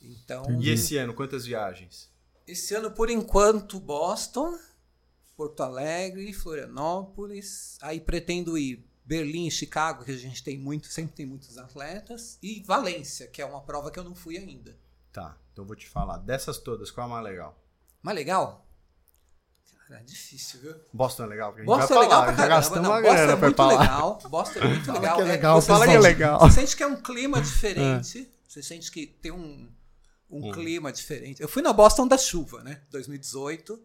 Speaker 3: Então,
Speaker 2: E esse ano, quantas viagens?
Speaker 3: esse ano, por enquanto, Boston, Porto Alegre, Florianópolis. Aí pretendo ir Berlim, Chicago, que a gente tem muito, sempre tem muitos atletas. E Valência, que é uma prova que eu não fui ainda.
Speaker 2: Tá, então eu vou te falar. Dessas todas, qual é a mais legal?
Speaker 3: Mas legal? Cara, é difícil, viu?
Speaker 2: Boston é legal, porque a gente
Speaker 3: Boston é
Speaker 2: vai
Speaker 3: legal
Speaker 2: falar,
Speaker 3: pra
Speaker 2: já
Speaker 3: caramba.
Speaker 2: gastamos
Speaker 3: não,
Speaker 2: uma
Speaker 3: Boston
Speaker 2: grana
Speaker 3: é
Speaker 2: pra
Speaker 3: muito
Speaker 2: falar.
Speaker 3: legal. Boston é muito legal.
Speaker 1: que é
Speaker 3: É,
Speaker 1: legal,
Speaker 3: você fala
Speaker 1: pessoal.
Speaker 3: que é
Speaker 1: legal.
Speaker 3: Você sente que é um clima diferente. Você sente que tem um, um
Speaker 2: Hum.
Speaker 3: clima diferente. Eu fui na Boston da chuva, né? 2018.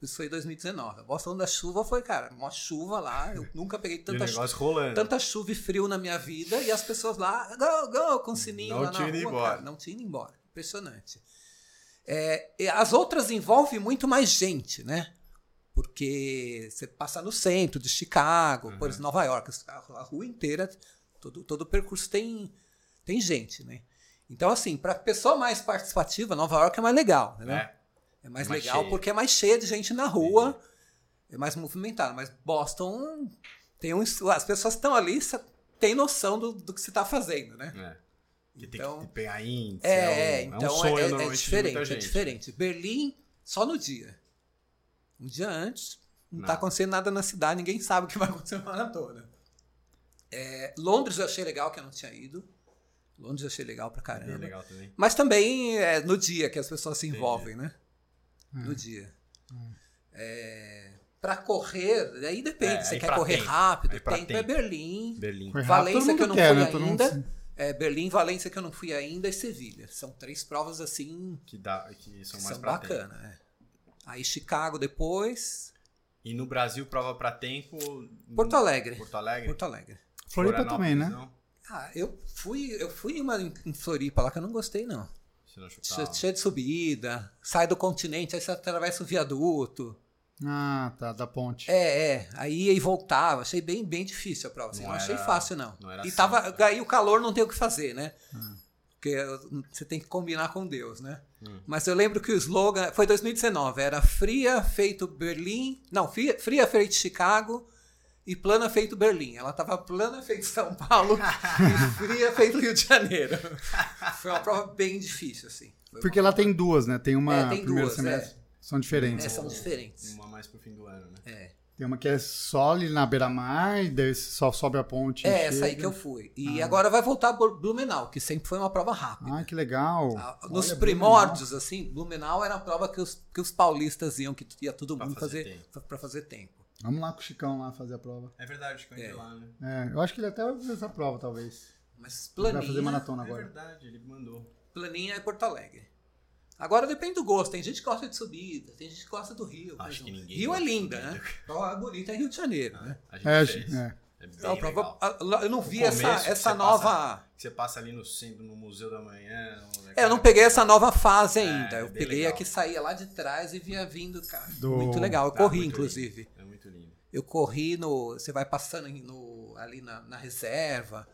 Speaker 3: Isso foi 2019. A Boston da chuva foi, cara, uma chuva lá. Eu nunca peguei
Speaker 2: E o
Speaker 3: tanta, chu-
Speaker 2: um negócio rolando.
Speaker 3: tanta chuva e frio na minha vida. E as pessoas lá, go, go, com sininho
Speaker 2: Não
Speaker 3: lá na
Speaker 2: tinha
Speaker 3: rua.
Speaker 2: ido embora.
Speaker 3: Cara, não tinha ido embora. Impressionante. É, e as outras envolvem muito mais gente, né? Porque você passa no centro de Chicago,
Speaker 2: Uhum.
Speaker 3: por exemplo, Nova York, a a rua inteira, todo, todo o percurso tem, tem gente, né? Então, assim, para pessoa mais participativa, Nova York é mais legal, né?
Speaker 2: É.
Speaker 3: É, mais,
Speaker 2: mais
Speaker 3: legal
Speaker 2: cheia.
Speaker 3: porque é mais cheia de gente na rua, é mais movimentado. Mas Boston tem um, as pessoas estão ali, cê tem noção do, do que você está fazendo, né?
Speaker 2: É. Que
Speaker 3: Então-
Speaker 2: tem que pegar índice.
Speaker 3: É, é,
Speaker 2: um- um
Speaker 3: então é,
Speaker 2: sonho,
Speaker 3: é- é
Speaker 2: normalmente, de
Speaker 3: diferente,
Speaker 2: muita
Speaker 3: é
Speaker 2: gente. né?
Speaker 3: diferente. Berlim, só no dia. Um dia antes, não está
Speaker 2: Nada.
Speaker 3: acontecendo nada na cidade, ninguém sabe o que vai acontecer na maratona. É, Londres eu achei legal que eu não tinha ido. Londres eu achei legal pra
Speaker 2: Bem
Speaker 3: caramba.
Speaker 2: é legal também.
Speaker 3: Mas também é no dia que as pessoas se envolvem, né? No dia. É, pra correr, aí depende.
Speaker 2: É,
Speaker 3: você
Speaker 2: aí
Speaker 3: quer
Speaker 2: pra
Speaker 3: correr
Speaker 2: tempo.
Speaker 3: rápido,
Speaker 2: Aí pra
Speaker 3: tempo é
Speaker 2: tempo.
Speaker 3: Berlim.
Speaker 2: Berlim.
Speaker 1: Foi rápido, todo
Speaker 3: Valência que
Speaker 1: mundo
Speaker 3: eu não
Speaker 1: quer,
Speaker 3: fui
Speaker 1: né? Todo mundo
Speaker 3: ainda. É, Berlim, Valência que eu não fui ainda e Sevilha. São três provas assim
Speaker 2: Que, dá, que são
Speaker 3: que
Speaker 2: mais
Speaker 3: são
Speaker 2: pra tempo.
Speaker 3: bacanas. é. Aí Chicago depois.
Speaker 2: E no Brasil, prova pra tempo.
Speaker 3: Porto Alegre.
Speaker 2: Porto Alegre?
Speaker 3: Porto Alegre.
Speaker 1: Floripa também, né?
Speaker 2: Não?
Speaker 3: Ah, eu fui, eu fui em uma em em Floripa lá que eu não gostei, não.
Speaker 2: Tá. Você não achou
Speaker 3: Che- Cheio de subida, sai do continente, aí você atravessa o viaduto.
Speaker 1: Ah, tá, da ponte.
Speaker 3: É, é. Aí ia e voltava. Achei bem, bem difícil a prova. assim,
Speaker 2: Não
Speaker 3: Não, achei
Speaker 2: era-
Speaker 3: fácil, não.
Speaker 2: não era Hum.
Speaker 3: e
Speaker 2: assim,
Speaker 3: tava.
Speaker 2: né?
Speaker 3: Aí o calor não tem o que fazer, né? Porque uh, você tem que combinar com Deus, né?
Speaker 2: Hum.
Speaker 3: Mas eu lembro que o slogan. Foi 2019, era Fria feito Berlim. Não, Fria, fria feito Chicago e Plana feito Berlim. Ela tava plana feito São Paulo e fria feito Rio de Janeiro. Foi uma prova bem difícil, assim. Foi
Speaker 1: Porque
Speaker 3: uma
Speaker 1: lá tem duas, né? Tem uma
Speaker 3: É, tem
Speaker 1: primeiro
Speaker 3: duas,
Speaker 1: semestre. São diferentes.
Speaker 3: É, são diferentes.
Speaker 2: Uma mais pro fim do ano, né?
Speaker 3: É.
Speaker 1: Tem uma que é só ali na beira-mar, e daí você só sobe a ponte. e
Speaker 3: É, essa aí
Speaker 1: chega.
Speaker 3: que eu fui.
Speaker 2: Ah.
Speaker 3: E agora vai voltar por Blumenau, que sempre foi uma prova rápida.
Speaker 1: Ah, que legal.
Speaker 3: Ah, Nos
Speaker 1: Olha,
Speaker 3: primórdios, assim, Blumenau era a prova que os, que os paulistas iam, que ia todo
Speaker 2: Pra
Speaker 3: mundo
Speaker 2: fazer
Speaker 3: fazer,
Speaker 2: tempo.
Speaker 3: para fazer tempo.
Speaker 1: Blumenau. Vamos lá com o Chicão lá fazer a prova.
Speaker 2: É verdade, que eu
Speaker 3: É.
Speaker 2: é. lá, né?
Speaker 1: É, eu acho que ele até vai fazer essa prova, talvez.
Speaker 3: Mas
Speaker 1: Ele vai fazer
Speaker 3: planinha,
Speaker 1: maratona
Speaker 2: É
Speaker 1: agora.
Speaker 2: verdade, ele mandou.
Speaker 3: planinha é Porto Alegre. Agora depende do gosto. Tem gente que gosta de subida, tem gente que gosta do Rio. por
Speaker 2: Acho que
Speaker 3: exemplo.
Speaker 2: ninguém
Speaker 3: Rio é
Speaker 2: gosta de
Speaker 3: linda, né?
Speaker 2: subida.
Speaker 3: Prova bonita é Rio de Janeiro, né?
Speaker 2: A gente
Speaker 1: É,
Speaker 2: fez.
Speaker 1: é.
Speaker 2: É bem
Speaker 3: Então, a prova-
Speaker 2: legal.
Speaker 3: a- eu não vi
Speaker 2: começo,
Speaker 3: essa,
Speaker 2: que
Speaker 3: essa
Speaker 2: você
Speaker 3: nova.
Speaker 2: passa- Você passa ali no centro, no Museu da Manhã. um no-
Speaker 3: É, eu não peguei essa nova fase ainda.
Speaker 2: é
Speaker 3: eu
Speaker 2: bem
Speaker 3: peguei a
Speaker 2: legal.
Speaker 3: que saía lá de trás e vinha vindo, cara.
Speaker 1: Do-
Speaker 3: Muito legal. Eu
Speaker 2: Tá,
Speaker 3: corri,
Speaker 2: muito
Speaker 3: inclusive.
Speaker 2: lindo. É muito lindo.
Speaker 3: Eu corri no. Você vai passando em- no- ali na, na reserva.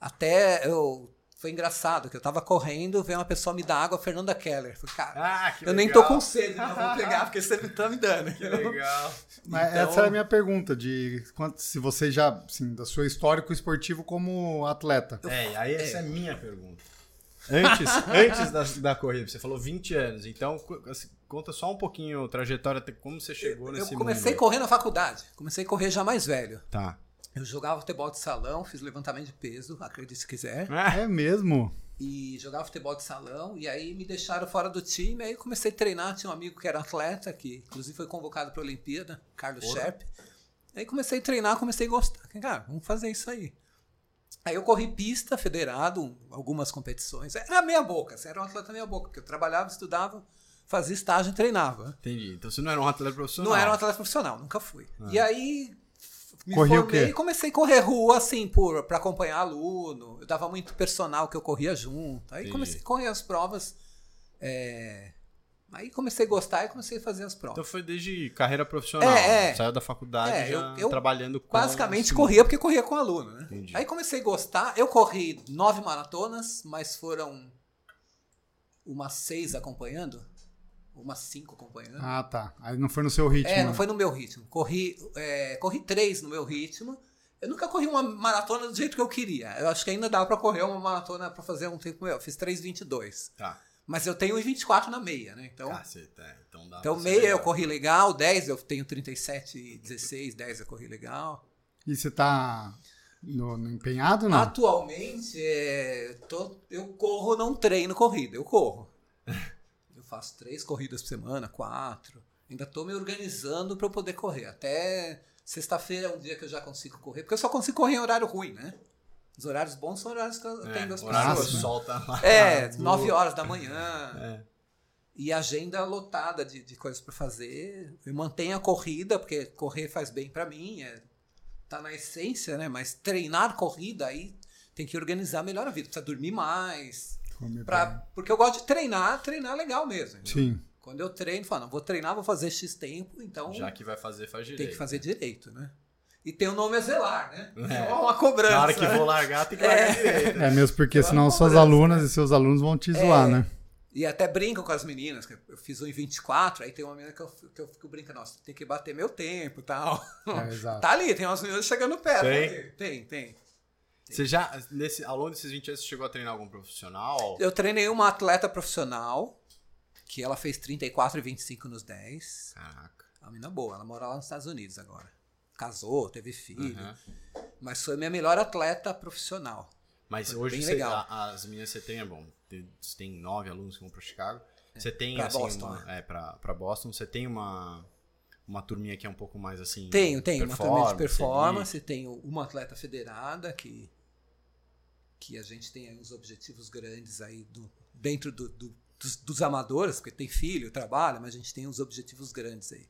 Speaker 3: Até eu. Foi engraçado que eu tava correndo, veio uma pessoa me dar água, Fernanda Keller. Falei, cara,
Speaker 2: Ah, que
Speaker 3: eu nem tô
Speaker 2: legal.
Speaker 3: com sede, não vou pegar, porque você não tá me dando.
Speaker 2: Que legal.
Speaker 1: Mas
Speaker 3: Então-
Speaker 1: essa é a minha pergunta, de quanto, se você já, assim, da sua histórico esportivo como atleta.
Speaker 2: É, aí essa é a minha pergunta. Antes, antes da, da corrida, você falou 20 anos, então co- assim, conta só um pouquinho a trajetória, até como você chegou
Speaker 3: Eu
Speaker 2: nesse
Speaker 3: comecei a
Speaker 2: mundo.
Speaker 3: correr na faculdade. Comecei a correr já mais velho.
Speaker 2: Tá.
Speaker 3: Eu jogava futebol de salão, fiz levantamento de peso, acredite se quiser.
Speaker 1: É mesmo?
Speaker 3: e jogava futebol de salão, e aí me deixaram fora do time, aí eu comecei a treinar, tinha um amigo que era atleta, que inclusive foi convocado para a Olimpíada, Carlos
Speaker 2: Porra.
Speaker 3: Scherp. Aí comecei a treinar, comecei a gostar. Falei, Cara, vamos fazer isso aí. Aí eu corri pista, federado, algumas competições. Era meia boca, assim, era um atleta meia boca, porque eu trabalhava, estudava, fazia estágio e treinava.
Speaker 2: Entendi. Então você não era um atleta profissional.
Speaker 3: Não era um atleta profissional, nunca fui.
Speaker 2: Ah.
Speaker 3: E aí me
Speaker 1: Corria o
Speaker 3: formei
Speaker 1: quê?
Speaker 3: e comecei a correr rua, assim, por, pra acompanhar aluno. Eu dava muito personal que eu corria junto. Aí
Speaker 2: Entendi.
Speaker 3: comecei a correr as provas. é, Aí comecei a gostar e comecei a fazer as
Speaker 2: Então
Speaker 3: provas.
Speaker 2: foi desde carreira profissional.
Speaker 3: É, é.
Speaker 2: Saiu da faculdade
Speaker 3: É,
Speaker 2: já
Speaker 3: eu- eu
Speaker 2: trabalhando com.
Speaker 3: Basicamente
Speaker 2: esse
Speaker 3: corria porque corria com aluno, né?
Speaker 2: assim. Entendi.
Speaker 3: Aí comecei a gostar. Eu corri nove maratonas, mas foram umas seis acompanhando, umas cinco acompanhando.
Speaker 1: Ah, tá. Aí não foi no seu ritmo.
Speaker 3: É, não
Speaker 1: né?
Speaker 3: foi no meu ritmo. Corri, é, corri três no meu ritmo. Eu nunca corri uma maratona do jeito que eu queria. Eu acho que ainda dava pra correr uma maratona pra fazer um tempo meu. Eu fiz 3,22.
Speaker 2: Tá.
Speaker 3: Mas eu tenho 1,24 na meia, né? Então,
Speaker 2: Caceta, é. Então dá
Speaker 3: então
Speaker 2: pra
Speaker 3: meia
Speaker 2: saber.
Speaker 3: eu corri legal, 10 eu tenho 37, 16, 10 eu corri legal.
Speaker 1: E você tá no, no empenhado,
Speaker 3: Ah,
Speaker 1: não?
Speaker 3: Atualmente, é, tô- eu corro, não treino corrida, eu corro. eu faço três corridas por semana, quatro. Ainda tô me organizando para eu poder correr. Até sexta-feira é um dia que eu já consigo correr, porque eu só consigo correr em horário ruim, né? Os horários bons são horários que eu
Speaker 2: É,
Speaker 3: atendo as
Speaker 2: horário
Speaker 1: Nossa,
Speaker 2: que
Speaker 1: né?
Speaker 3: pessoas.
Speaker 2: solta lá.
Speaker 3: É,
Speaker 2: Ah, Do-
Speaker 3: nove horas da manhã.
Speaker 2: É.
Speaker 3: E agenda lotada de, de coisas para fazer. Eu mantenho a corrida, porque correr faz bem para mim, é, tá na essência, né? Mas treinar corrida aí tem que organizar melhor a vida, precisa dormir mais.
Speaker 1: Comer
Speaker 2: Tá.
Speaker 3: Pra, porque eu gosto de treinar, treinar é legal mesmo.
Speaker 1: bem. Sim.
Speaker 3: Quando eu treino, falo, não, vou treinar, vou fazer X tempo, então
Speaker 2: Já que vai fazer, faz direito.
Speaker 3: tem que fazer direito, né? E tem o nome a zelar, né?
Speaker 2: É.
Speaker 3: É uma cobrança.
Speaker 2: Na hora que
Speaker 3: né?
Speaker 2: vou largar, tem que largar direito.
Speaker 1: É mesmo porque
Speaker 3: Eu
Speaker 1: senão
Speaker 3: não né? É.
Speaker 1: suas
Speaker 3: cobrança,
Speaker 1: alunas e seus alunos vão te zoar, né?
Speaker 3: E até brinco com as meninas. que Eu fiz um em 24, aí tem uma menina que eu, que eu fico brincando, nossa, tem que bater meu tempo e tal.
Speaker 1: É, exato.
Speaker 3: Tá ali, tem umas meninas chegando perto.
Speaker 2: Tem?
Speaker 3: ali. Tem, tem.
Speaker 2: Você já, nesse, ao longo desses 20 anos, você chegou a treinar algum profissional?
Speaker 3: Eu treinei uma atleta profissional, que ela fez 34 e 25 nos É 10.
Speaker 2: Caraca.
Speaker 3: Uma menina boa, ela mora lá nos Estados Unidos agora. Casou, teve filho.
Speaker 2: Aham.
Speaker 3: Mas foi minha melhor atleta profissional.
Speaker 2: Mas
Speaker 3: Foi
Speaker 2: hoje
Speaker 3: bem
Speaker 2: você-
Speaker 3: legal.
Speaker 2: a- as meninas você tem, é bom, tem- você tem nove alunos que vão para Chicago. Você tem
Speaker 3: É, pra
Speaker 2: assim,
Speaker 3: Boston, né?
Speaker 2: uma, é para para Boston, você tem uma uma turminha que é um pouco mais assim.
Speaker 3: Tenho, tenho uma turma de
Speaker 2: ali.
Speaker 3: performance, tenho uma atleta federada que, que a gente tem aí uns objetivos grandes aí do, dentro do- do- dos, dos amadores, porque tem filho, trabalha, mas a gente tem uns objetivos grandes aí.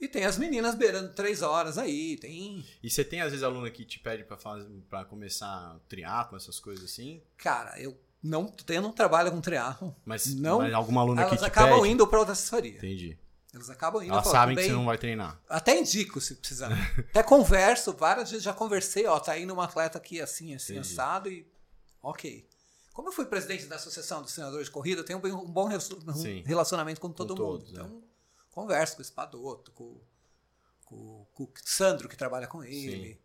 Speaker 3: E tem as meninas beirando três horas aí, tem.
Speaker 2: E você tem às vezes aluno que te pede para fazer para começar triatlo, essas coisas assim,
Speaker 3: Cara, eu não, eu não trabalho com triatlon.
Speaker 2: mas
Speaker 3: Não.
Speaker 2: mas alguma aluna que
Speaker 3: Elas
Speaker 2: te
Speaker 3: acabam
Speaker 2: pede.
Speaker 3: indo para outra assessoria.
Speaker 2: Entendi.
Speaker 3: Elas acabam indo
Speaker 2: Elas
Speaker 3: pra outra.
Speaker 2: sabem que
Speaker 3: Bem,
Speaker 2: você não vai treinar.
Speaker 3: Até indico se precisar. Até converso, várias vezes já conversei, ó, tá indo uma atleta aqui assim, assim,
Speaker 2: Entendi.
Speaker 3: assado e. Ok. Como eu fui presidente da Associação dos Senadores de Corrida, eu tenho um bem- um bom resu- um
Speaker 2: Sim.
Speaker 3: relacionamento com todo mundo.
Speaker 2: todos, né?
Speaker 3: então, converso com o Espadoto, com, com, com o Sandro, que trabalha com ele.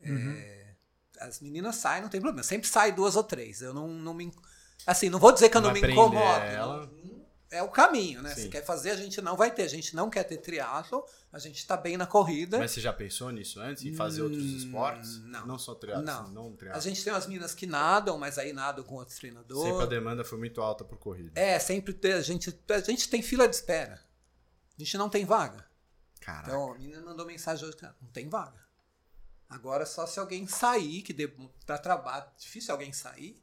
Speaker 3: É, As meninas saem, não tem problema. Sempre sai duas ou três. Eu não, não me. in- Assim, não vou dizer que eu
Speaker 2: Não
Speaker 3: não,
Speaker 2: vai
Speaker 3: me
Speaker 2: prender
Speaker 3: incomodo.
Speaker 2: ela.
Speaker 3: não- É o caminho, né?
Speaker 2: Sim.
Speaker 3: Se quer fazer, a gente não vai ter. A gente não quer ter triatlo, a gente tá bem na corrida.
Speaker 2: Mas você já pensou nisso antes? Em fazer outros
Speaker 3: Hum,
Speaker 2: esportes?
Speaker 3: não.
Speaker 2: Não só triatlo,
Speaker 3: Não.
Speaker 2: não, não
Speaker 3: a
Speaker 2: triatlo.
Speaker 3: gente tem umas minas que nadam, mas aí nadam com outro treinador.
Speaker 2: Sempre a demanda foi muito alta por corrida.
Speaker 3: É, sempre tem- a gente, a gente tem fila de espera. A gente não tem vaga.
Speaker 2: Caraca.
Speaker 3: Então, a menina mandou mensagem hoje, cara, não tem vaga. Agora só se alguém sair, que dê pra trabalho, difícil alguém sair,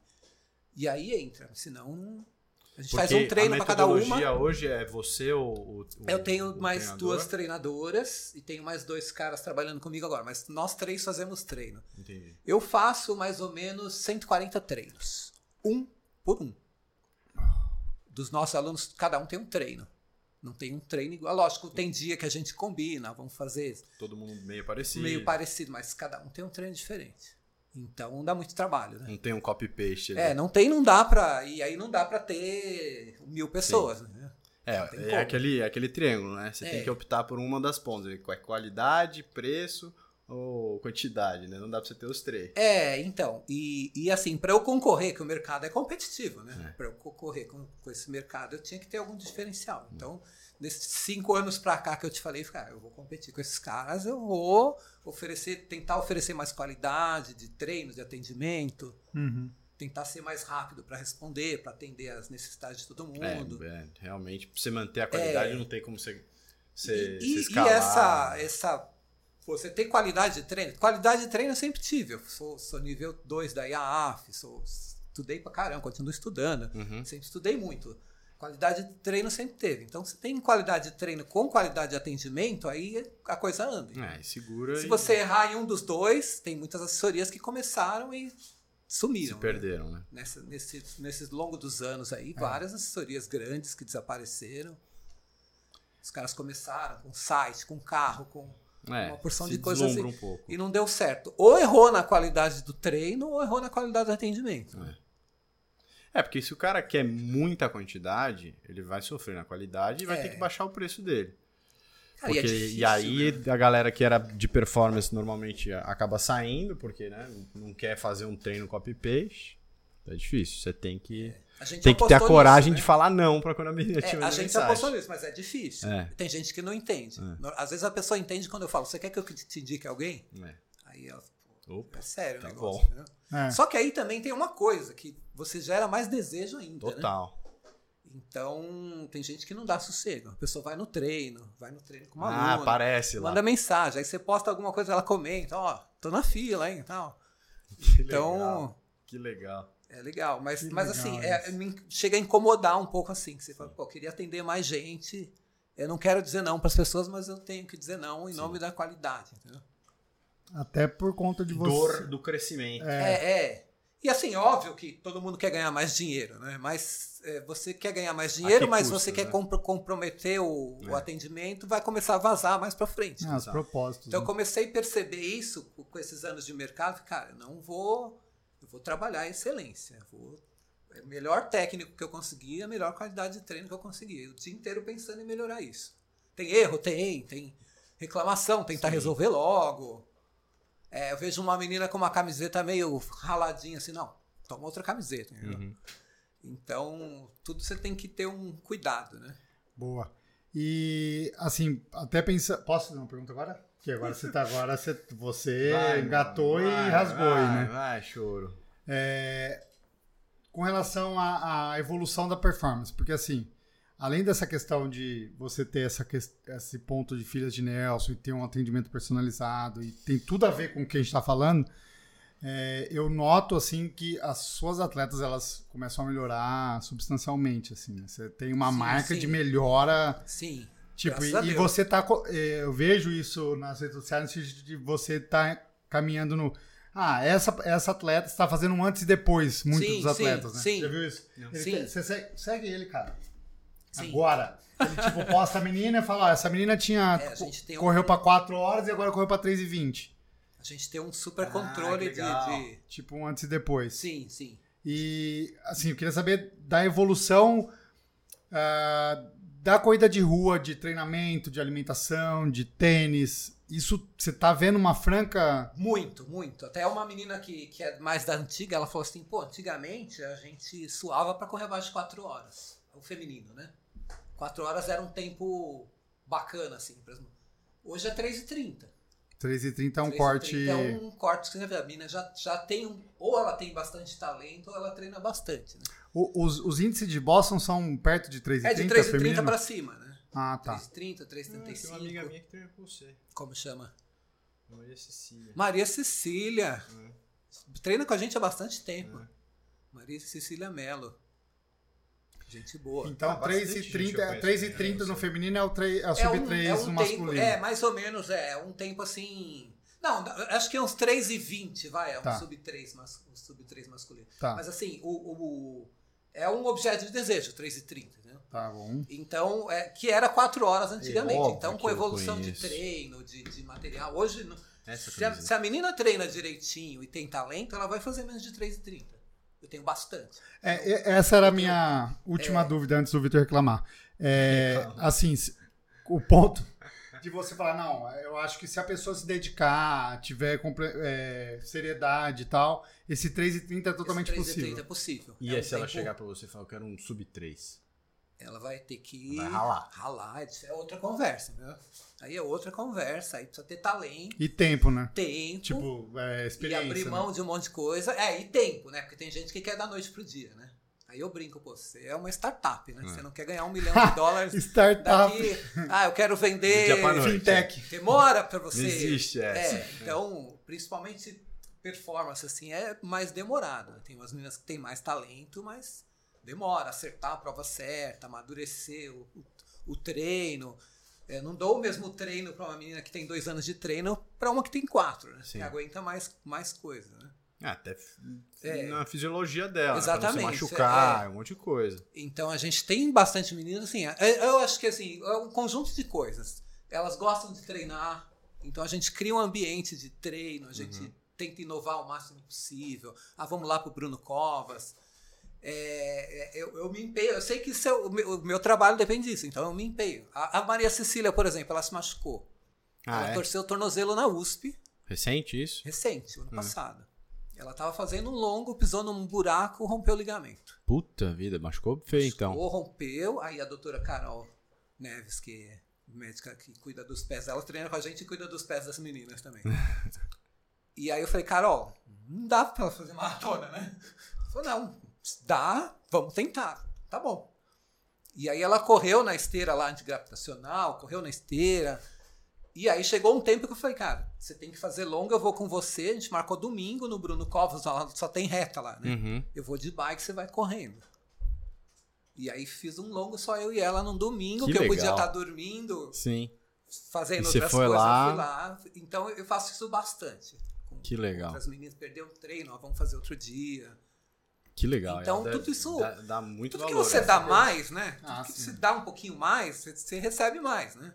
Speaker 3: e aí entra. Senão, não- a gente faz um treino pra cada
Speaker 2: A
Speaker 3: uma.
Speaker 2: metodologia hoje é você ou o, o-
Speaker 3: Eu tenho
Speaker 2: o
Speaker 3: mais
Speaker 2: treinador?
Speaker 3: duas treinadoras e tenho mais dois caras trabalhando comigo agora, mas nós três fazemos treino.
Speaker 2: Entendi.
Speaker 3: Eu faço mais ou menos 140 treinos. Um por um. Dos nossos alunos, cada um tem um treino. Não tem um treino igual. Lógico, tem dia que a gente combina, vamos fazer
Speaker 2: Todo mundo meio parecido.
Speaker 3: meio parecido, mas cada um tem um treino diferente. Então dá muito trabalho, né?
Speaker 2: Não tem um copy-paste. ali.
Speaker 3: É, não tem, não dá pra. E aí não dá pra ter mil pessoas, né?
Speaker 2: É,
Speaker 3: não tem
Speaker 2: é
Speaker 3: como.
Speaker 2: aquele, é aquele triângulo, né? Você
Speaker 3: É.
Speaker 2: tem que optar por uma das pontas. Qual é Qualidade, preço ou quantidade, né? Não dá pra você ter os três.
Speaker 3: É, então, e, e assim, para eu concorrer, que o mercado é competitivo, né?
Speaker 2: É.
Speaker 3: Para eu concorrer com, com esse mercado, eu tinha que ter algum diferencial. Então, nesses cinco anos para cá que eu te falei, cara, eu vou competir com esses caras, eu vou oferecer, tentar oferecer mais qualidade de treino, de atendimento,
Speaker 1: Uhum.
Speaker 3: tentar ser mais rápido para responder, para atender às necessidades de todo mundo.
Speaker 2: É, é, realmente, pra você manter a qualidade,
Speaker 3: É.
Speaker 2: não tem como você, você,
Speaker 3: E-
Speaker 2: você
Speaker 3: e, e
Speaker 2: escalar.
Speaker 3: essa, é essa. Você tem qualidade de treino? Qualidade de treino eu sempre tive. Eu sou, sou nível 2 da IAAF, sou, estudei pra caramba, continuo estudando.
Speaker 2: Uhum.
Speaker 3: Sempre estudei muito. Qualidade de treino sempre teve. Então, se tem qualidade de treino com qualidade de atendimento, aí a coisa anda.
Speaker 2: É, e segura
Speaker 3: Se
Speaker 2: e
Speaker 3: você errar em um dos dois, tem muitas assessorias que começaram e
Speaker 2: se
Speaker 3: sumiram. né?
Speaker 2: perderam, né?
Speaker 3: Nessa, nesse, nesse longo dos anos aí, várias assessorias grandes que desapareceram. Os caras começaram com site, com carro, com.
Speaker 2: É,
Speaker 3: Uma porção
Speaker 2: se
Speaker 3: de coisas assim.
Speaker 2: deslumbra um pouco.
Speaker 3: E não deu certo. Ou errou na qualidade do treino, ou errou na qualidade do atendimento.
Speaker 2: É, porque se o cara quer muita quantidade, ele vai sofrer na qualidade e vai
Speaker 3: É.
Speaker 2: ter que baixar o preço dele.
Speaker 3: Cara, e é
Speaker 2: Porque-
Speaker 3: difícil,
Speaker 2: e aí
Speaker 3: né?
Speaker 2: a galera que era de performance normalmente a- acaba saindo, porque né, não quer fazer um treino copy-paste. É difícil, você tem que,
Speaker 3: É. A gente
Speaker 2: tem que ter a
Speaker 3: apostou
Speaker 2: coragem
Speaker 3: nisso, né?
Speaker 2: de falar não pra quando a menina
Speaker 3: É,
Speaker 2: te
Speaker 3: a
Speaker 2: manda
Speaker 3: gente
Speaker 2: mensagem.
Speaker 3: apostou nisso, mas é difícil.
Speaker 2: É.
Speaker 3: Tem gente que não entende. No- Às vezes a pessoa entende quando eu falo, você quer que eu te indique alguém?
Speaker 2: É.
Speaker 3: Aí ela, pô,
Speaker 2: Opa,
Speaker 3: é sério
Speaker 2: Tá
Speaker 3: o negócio.
Speaker 2: bom.
Speaker 3: entendeu?
Speaker 1: É.
Speaker 3: Só que aí também tem uma coisa, que você gera mais desejo ainda. né?
Speaker 2: total.
Speaker 3: Então, tem gente que não dá sossego. A pessoa vai no treino, vai no treino com uma
Speaker 2: Ah,
Speaker 3: aluna,
Speaker 2: aparece lá.
Speaker 3: manda mensagem, aí você posta alguma coisa, ela comenta, ó, tô na fila, hein, e tal.
Speaker 2: Que
Speaker 3: Então,
Speaker 2: legal, que legal.
Speaker 3: é legal, mas,
Speaker 1: Que
Speaker 3: mas
Speaker 1: legal
Speaker 3: assim, é- me chega a incomodar um pouco assim, que você fala, pô, eu queria atender mais gente, eu não quero dizer não para as pessoas, mas eu tenho que dizer não em nome da qualidade, entendeu?
Speaker 1: Até por conta de você.
Speaker 2: Dor do crescimento.
Speaker 3: É. é, E assim, óbvio que todo mundo quer ganhar mais dinheiro, né? Mas é, você quer ganhar mais dinheiro,
Speaker 2: que
Speaker 3: mas
Speaker 2: custo,
Speaker 3: você quer
Speaker 2: né?
Speaker 3: compro- comprometer o, o
Speaker 2: É.
Speaker 3: atendimento, vai começar a vazar mais pra frente.
Speaker 1: Ah, os
Speaker 2: Exato.
Speaker 1: propósitos.
Speaker 3: Então eu
Speaker 2: Uhum.
Speaker 1: né?
Speaker 3: comecei a perceber isso co- com esses anos de mercado, que, cara, eu não vou, eu vou trabalhar a excelência, eu vou é o melhor técnico que eu conseguir, a melhor qualidade de treino que eu conseguir. O dia inteiro pensando em melhorar isso. Tem erro, tem, tem reclamação, tentar
Speaker 2: Sim.
Speaker 3: resolver logo. É, eu vejo uma menina com uma camiseta meio raladinha assim, não, toma outra camiseta. entendeu?
Speaker 2: Uhum.
Speaker 3: Então, tudo você tem que ter um cuidado, né?
Speaker 1: Boa. E, assim, até pensando. Posso fazer uma pergunta agora? Que agora você tá agora, você, você
Speaker 2: Vai, mano,
Speaker 1: É, engatou
Speaker 2: vai,
Speaker 1: e rasgou aí,
Speaker 2: vai,
Speaker 1: né?
Speaker 2: Vai, choro.
Speaker 1: É, com relação à, à evolução da performance, porque assim, além dessa questão de você ter essa, ques- esse ponto de filhas de Nelson e ter um atendimento personalizado e tem tudo a ver com o que a gente está falando, é, eu noto assim que as suas atletas elas começam a melhorar substancialmente, assim, né? você tem uma
Speaker 3: Sim,
Speaker 1: marca
Speaker 3: sim.
Speaker 1: de melhora
Speaker 3: Sim.
Speaker 1: Tipo,
Speaker 3: Graças a
Speaker 1: e, e
Speaker 3: Deus.
Speaker 1: você tá. co- eh, Eu vejo isso nas redes sociais, no sentido de você tá caminhando no. Ah, essa, essa atleta está fazendo um antes e depois, muitos
Speaker 3: Sim,
Speaker 1: dos atletas,
Speaker 3: sim,
Speaker 1: né?
Speaker 3: sim.
Speaker 1: Já viu isso?
Speaker 2: Não.
Speaker 1: Ele
Speaker 3: Sim.
Speaker 1: tem- Você segue, segue ele, cara.
Speaker 3: Sim.
Speaker 1: Agora. Ele, tipo, posta a menina e fala: ó, essa menina tinha.
Speaker 3: É, a gente tem um-
Speaker 1: correu pra 4 horas e agora correu pra 3 e 20.
Speaker 3: A gente tem um super
Speaker 2: Ah,
Speaker 3: controle
Speaker 2: que
Speaker 3: de-
Speaker 2: legal.
Speaker 3: de,
Speaker 1: Tipo, um antes e depois.
Speaker 3: Sim, sim.
Speaker 1: E, assim, eu queria saber da evolução ah, da corrida de rua, de treinamento, de alimentação, de tênis. Isso, você tá vendo uma franca...
Speaker 3: Muito, muito. Até uma menina que, que é mais da antiga, ela falou assim, pô, antigamente a gente suava pra correr abaixo de 4 horas. O feminino, né? 4 horas era um tempo bacana, assim. pra- Hoje é 3h30.
Speaker 1: 3h30 é um
Speaker 3: 3h30
Speaker 1: corte...
Speaker 3: É um corte que você vê, a mina já, já tem um... Ou ela tem bastante talento, ou ela treina bastante, né?
Speaker 1: O- os, os índices de Boston são perto de 3h30,
Speaker 3: É de 3h30
Speaker 1: feminino?
Speaker 3: pra cima, né?
Speaker 1: Ah, tá.
Speaker 3: 3h30,
Speaker 2: É, Ah, tem uma amiga
Speaker 3: 3h35,
Speaker 2: minha que treina com você.
Speaker 3: como chama?
Speaker 2: Maria Cecília.
Speaker 3: Maria Cecília.
Speaker 2: É.
Speaker 3: Treina com a gente há bastante tempo.
Speaker 2: É.
Speaker 3: Maria Cecília Mello. Gente boa.
Speaker 1: Então,
Speaker 2: Ah, bastante gente eu
Speaker 1: 3h30
Speaker 2: conheço,
Speaker 1: 3h30 no
Speaker 2: né?
Speaker 1: feminino é o, tre- é o sub-3 no
Speaker 3: tempo,
Speaker 1: masculino.
Speaker 3: um- é, mais ou menos, é um tempo assim. Não, acho que é uns 3 e 20, vai, é um
Speaker 1: Tá.
Speaker 3: sub-3 mas, um sub três masculino.
Speaker 1: Tá,
Speaker 3: Mas assim, o, o- o- é um objeto de desejo, 3 e 30, né?
Speaker 1: tá bom.
Speaker 3: Então, é, que era 4 horas antigamente.
Speaker 2: É óbvio
Speaker 3: então,
Speaker 2: que
Speaker 3: com a
Speaker 2: eu
Speaker 3: evolução de
Speaker 2: conheço.
Speaker 3: treino, de, de material, hoje, não-
Speaker 2: É Essa
Speaker 3: se a,
Speaker 2: camisa.
Speaker 3: se a menina treina direitinho e tem talento, ela vai fazer menos de 3 e 30. Eu tenho bastante.
Speaker 1: É, e- essa era a minha última
Speaker 3: É.
Speaker 1: dúvida antes do Vitor reclamar. É,
Speaker 2: Reclama.
Speaker 1: assim, se- o ponto de você falar, não, eu acho que se a pessoa se dedicar, tiver compre- é, seriedade e tal, esse 3,30 é totalmente
Speaker 3: Esse 3 e
Speaker 1: possível.
Speaker 3: 30 é possível.
Speaker 2: E
Speaker 3: É um
Speaker 2: aí, se ela
Speaker 3: tempo-
Speaker 2: chegar pra você e falar, eu quero um sub 3.
Speaker 3: Ela vai ter que.
Speaker 2: Vai ralar.
Speaker 3: Ralar, isso é outra conversa, né? Aí é outra conversa, aí precisa ter talento,
Speaker 1: E tempo, né?
Speaker 3: tempo.
Speaker 1: Tipo, é,
Speaker 3: é e
Speaker 1: experiência.
Speaker 3: abrir
Speaker 1: né?
Speaker 3: mão de um monte de coisa. É, e tempo, né? Porque tem gente que quer da noite pro dia, né? Aí eu brinco, pô, você é uma startup, né?
Speaker 2: É.
Speaker 3: Você não quer ganhar um milhão de dólares
Speaker 1: Startup,
Speaker 3: daqui. É, Ah, eu quero vender.
Speaker 2: Do dia pra noite.
Speaker 1: fintech.
Speaker 3: Demora pra você.
Speaker 2: Não existe essa.
Speaker 3: É, então, principalmente performance, assim, é mais demorado. Tem umas meninas que têm mais talento, mas demora acertar a prova certa, amadurecer o, o- o treino. É, não dou o mesmo treino pra uma menina que tem dois anos de treino pra uma que tem quatro, né?
Speaker 2: Sim.
Speaker 3: Que aguenta mais, mais coisa, né?
Speaker 2: Ah, até f-
Speaker 3: É.
Speaker 2: na fisiologia dela. né?
Speaker 3: Exatamente,
Speaker 2: Pra não se machucar,
Speaker 3: é.
Speaker 2: é um monte de coisa.
Speaker 3: Então a gente tem bastante meninas, assim, é- eu acho que assim, é um conjunto de coisas. Elas gostam de treinar, então a gente cria um ambiente de treino, a gente
Speaker 2: Uhum.
Speaker 3: tenta inovar o máximo possível. Ah, vamos lá pro Bruno Covas. É, é, eu, eu me empenho, eu sei que isso é o, meu, o meu trabalho depende disso, então eu me empenho. A, a Maria Cecília, por exemplo, ela se machucou.
Speaker 2: Ah,
Speaker 3: ela
Speaker 2: é?
Speaker 3: torceu o tornozelo na USP,
Speaker 2: Recente isso?
Speaker 3: recente, ano
Speaker 2: Hum.
Speaker 3: passado. Ela tava fazendo um longo, pisou num buraco, rompeu o ligamento.
Speaker 2: Puta vida, machucou feio então.
Speaker 3: Ou rompeu, aí a doutora Carol Neves, que é médica que cuida dos pés, ela treina com a gente e cuida dos pés das meninas também. e aí eu falei, Carol, não dá pra ela fazer maratona, né? Ela falou, não, dá, vamos tentar. Tá bom. E aí ela correu na esteira lá antigravitacional, correu na esteira. E aí chegou um tempo que eu falei, cara, você tem que fazer longa, eu vou com você. A gente marcou domingo no Bruno Covas, lá só tem reta lá, né?
Speaker 2: Uhum.
Speaker 3: Eu vou de bike, você vai correndo. E aí fiz um longo só eu e ela num domingo, que,
Speaker 2: Que
Speaker 3: eu podia
Speaker 2: legal.
Speaker 3: estar dormindo,
Speaker 2: Sim,
Speaker 3: fazendo
Speaker 2: E você
Speaker 3: outras
Speaker 2: foi
Speaker 3: coisas,
Speaker 2: lá?
Speaker 3: eu fui lá. Então eu faço isso bastante. Com
Speaker 2: que legal.
Speaker 3: outras meninas perderam o treino, ó, vamos fazer outro dia.
Speaker 2: Que legal.
Speaker 3: Então,
Speaker 2: Ela
Speaker 3: tudo isso-
Speaker 2: Dá, dá muito
Speaker 3: Tudo que
Speaker 2: valor, é.
Speaker 3: você
Speaker 2: essa
Speaker 3: dá
Speaker 2: coisa.
Speaker 3: mais, né? Tudo
Speaker 1: Ah,
Speaker 3: que
Speaker 1: sim.
Speaker 3: você dá um pouquinho mais, você- você recebe mais, né?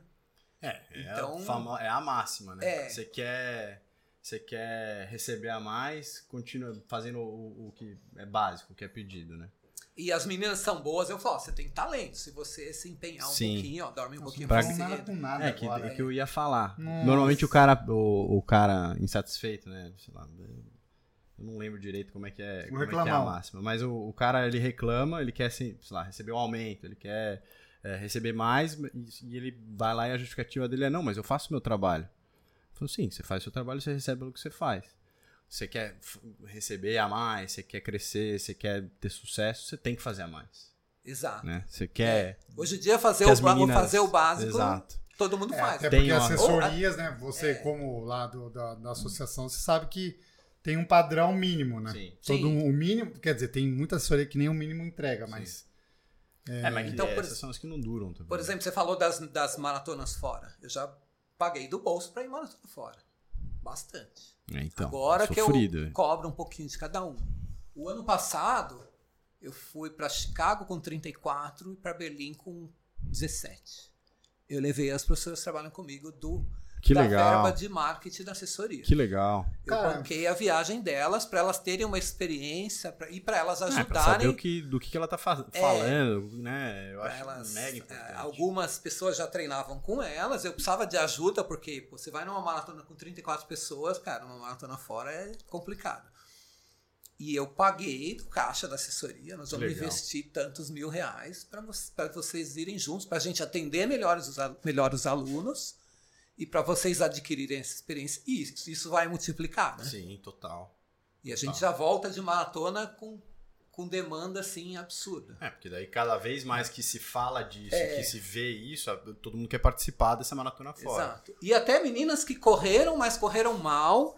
Speaker 2: É, é,
Speaker 3: Então-
Speaker 2: a famo- é a máxima, né?
Speaker 3: É.
Speaker 2: Você quer, você quer receber a mais, continua fazendo o, o que é básico, o que é pedido, né?
Speaker 3: E as meninas são boas, eu falo, ó, você tem talento. Se você se empenhar um
Speaker 2: Sim.
Speaker 3: pouquinho, ó, dorme um
Speaker 1: Nossa, não
Speaker 3: pouquinho
Speaker 2: pra-
Speaker 1: falo
Speaker 3: mais
Speaker 1: nada
Speaker 3: cedo.
Speaker 1: com nada
Speaker 2: É, que,
Speaker 1: agora.
Speaker 2: é que eu ia falar.
Speaker 1: Nossa.
Speaker 2: Normalmente o cara, o, o cara insatisfeito, né? Sei lá, eu não lembro direito como é que é, como é, que é a
Speaker 1: reclamão.
Speaker 2: máxima. Mas o, o cara, ele reclama, ele quer, assim, sei lá, receber um aumento, ele quer é, receber mais, e, e ele vai lá e a justificativa dele é, não, mas eu faço meu trabalho. Falou, sim, você faz seu trabalho, você recebe o que você faz. Você quer f- receber a mais, você quer crescer, você quer ter sucesso, você tem que fazer a mais,
Speaker 3: Exato.
Speaker 2: né? Você quer...
Speaker 3: É. Hoje em dia, fazer,
Speaker 2: que
Speaker 3: o,
Speaker 2: as
Speaker 3: ba-
Speaker 2: meninas-
Speaker 3: fazer o básico,
Speaker 2: Exato.
Speaker 3: todo mundo
Speaker 1: É,
Speaker 3: faz. É.
Speaker 1: até
Speaker 2: Tem
Speaker 1: porque
Speaker 2: uma-
Speaker 1: assessorias, né? Você, como lá do- da, da associação, você sabe que tem um padrão mínimo, né?
Speaker 2: Sim.
Speaker 1: Todo
Speaker 3: Sim.
Speaker 1: um- o mínimo, quer dizer, tem muita assessoria que nem o mínimo entrega, mas
Speaker 2: É, mas
Speaker 3: Então,
Speaker 2: então,
Speaker 3: por
Speaker 2: essas
Speaker 3: ex-
Speaker 2: são as que não duram também.
Speaker 3: Por
Speaker 2: né?
Speaker 3: exemplo, você falou das, das maratonas fora. Eu já paguei do bolso para ir maratona fora. Bastante.
Speaker 2: É, então,
Speaker 3: Agora que eu
Speaker 2: sofrido.
Speaker 3: cobro um pouquinho de cada um. O ano passado, eu fui para Chicago com 34 e para Berlim com 17. Eu levei as professoras que trabalham comigo do
Speaker 2: Que
Speaker 3: da
Speaker 2: legal.
Speaker 3: verba de marketing da assessoria.
Speaker 2: Que legal.
Speaker 3: Eu
Speaker 1: Cara.
Speaker 3: banquei a viagem delas para elas terem uma experiência pra- e para elas
Speaker 2: É, pra saber
Speaker 3: ajudarem.
Speaker 2: o que, do que, que ela tá fa-
Speaker 3: É.
Speaker 2: falando, né? Eu
Speaker 3: pra
Speaker 2: acho
Speaker 3: elas,
Speaker 2: mega
Speaker 3: é,
Speaker 2: importante.
Speaker 3: algumas pessoas já treinavam com elas, eu precisava de ajuda, porque pô, você vai numa maratona com 34 pessoas, cara, uma maratona fora é complicado. E eu paguei do caixa da assessoria, nós vamos
Speaker 2: Legal.
Speaker 3: investir tantos mil reais para vocês irem juntos, para a gente atender melhores os, al- melhor os alunos e para vocês adquirirem essa experiência. E isso, isso vai multiplicar, né?
Speaker 2: Sim, total.
Speaker 3: E a gente
Speaker 2: Tá.
Speaker 3: já volta de maratona com, com demanda assim absurda.
Speaker 2: É, porque daí cada vez mais que se fala disso,
Speaker 3: É.
Speaker 2: que se vê isso, todo mundo quer participar dessa maratona fora.
Speaker 3: Exato. E até meninas que correram, mas correram mal.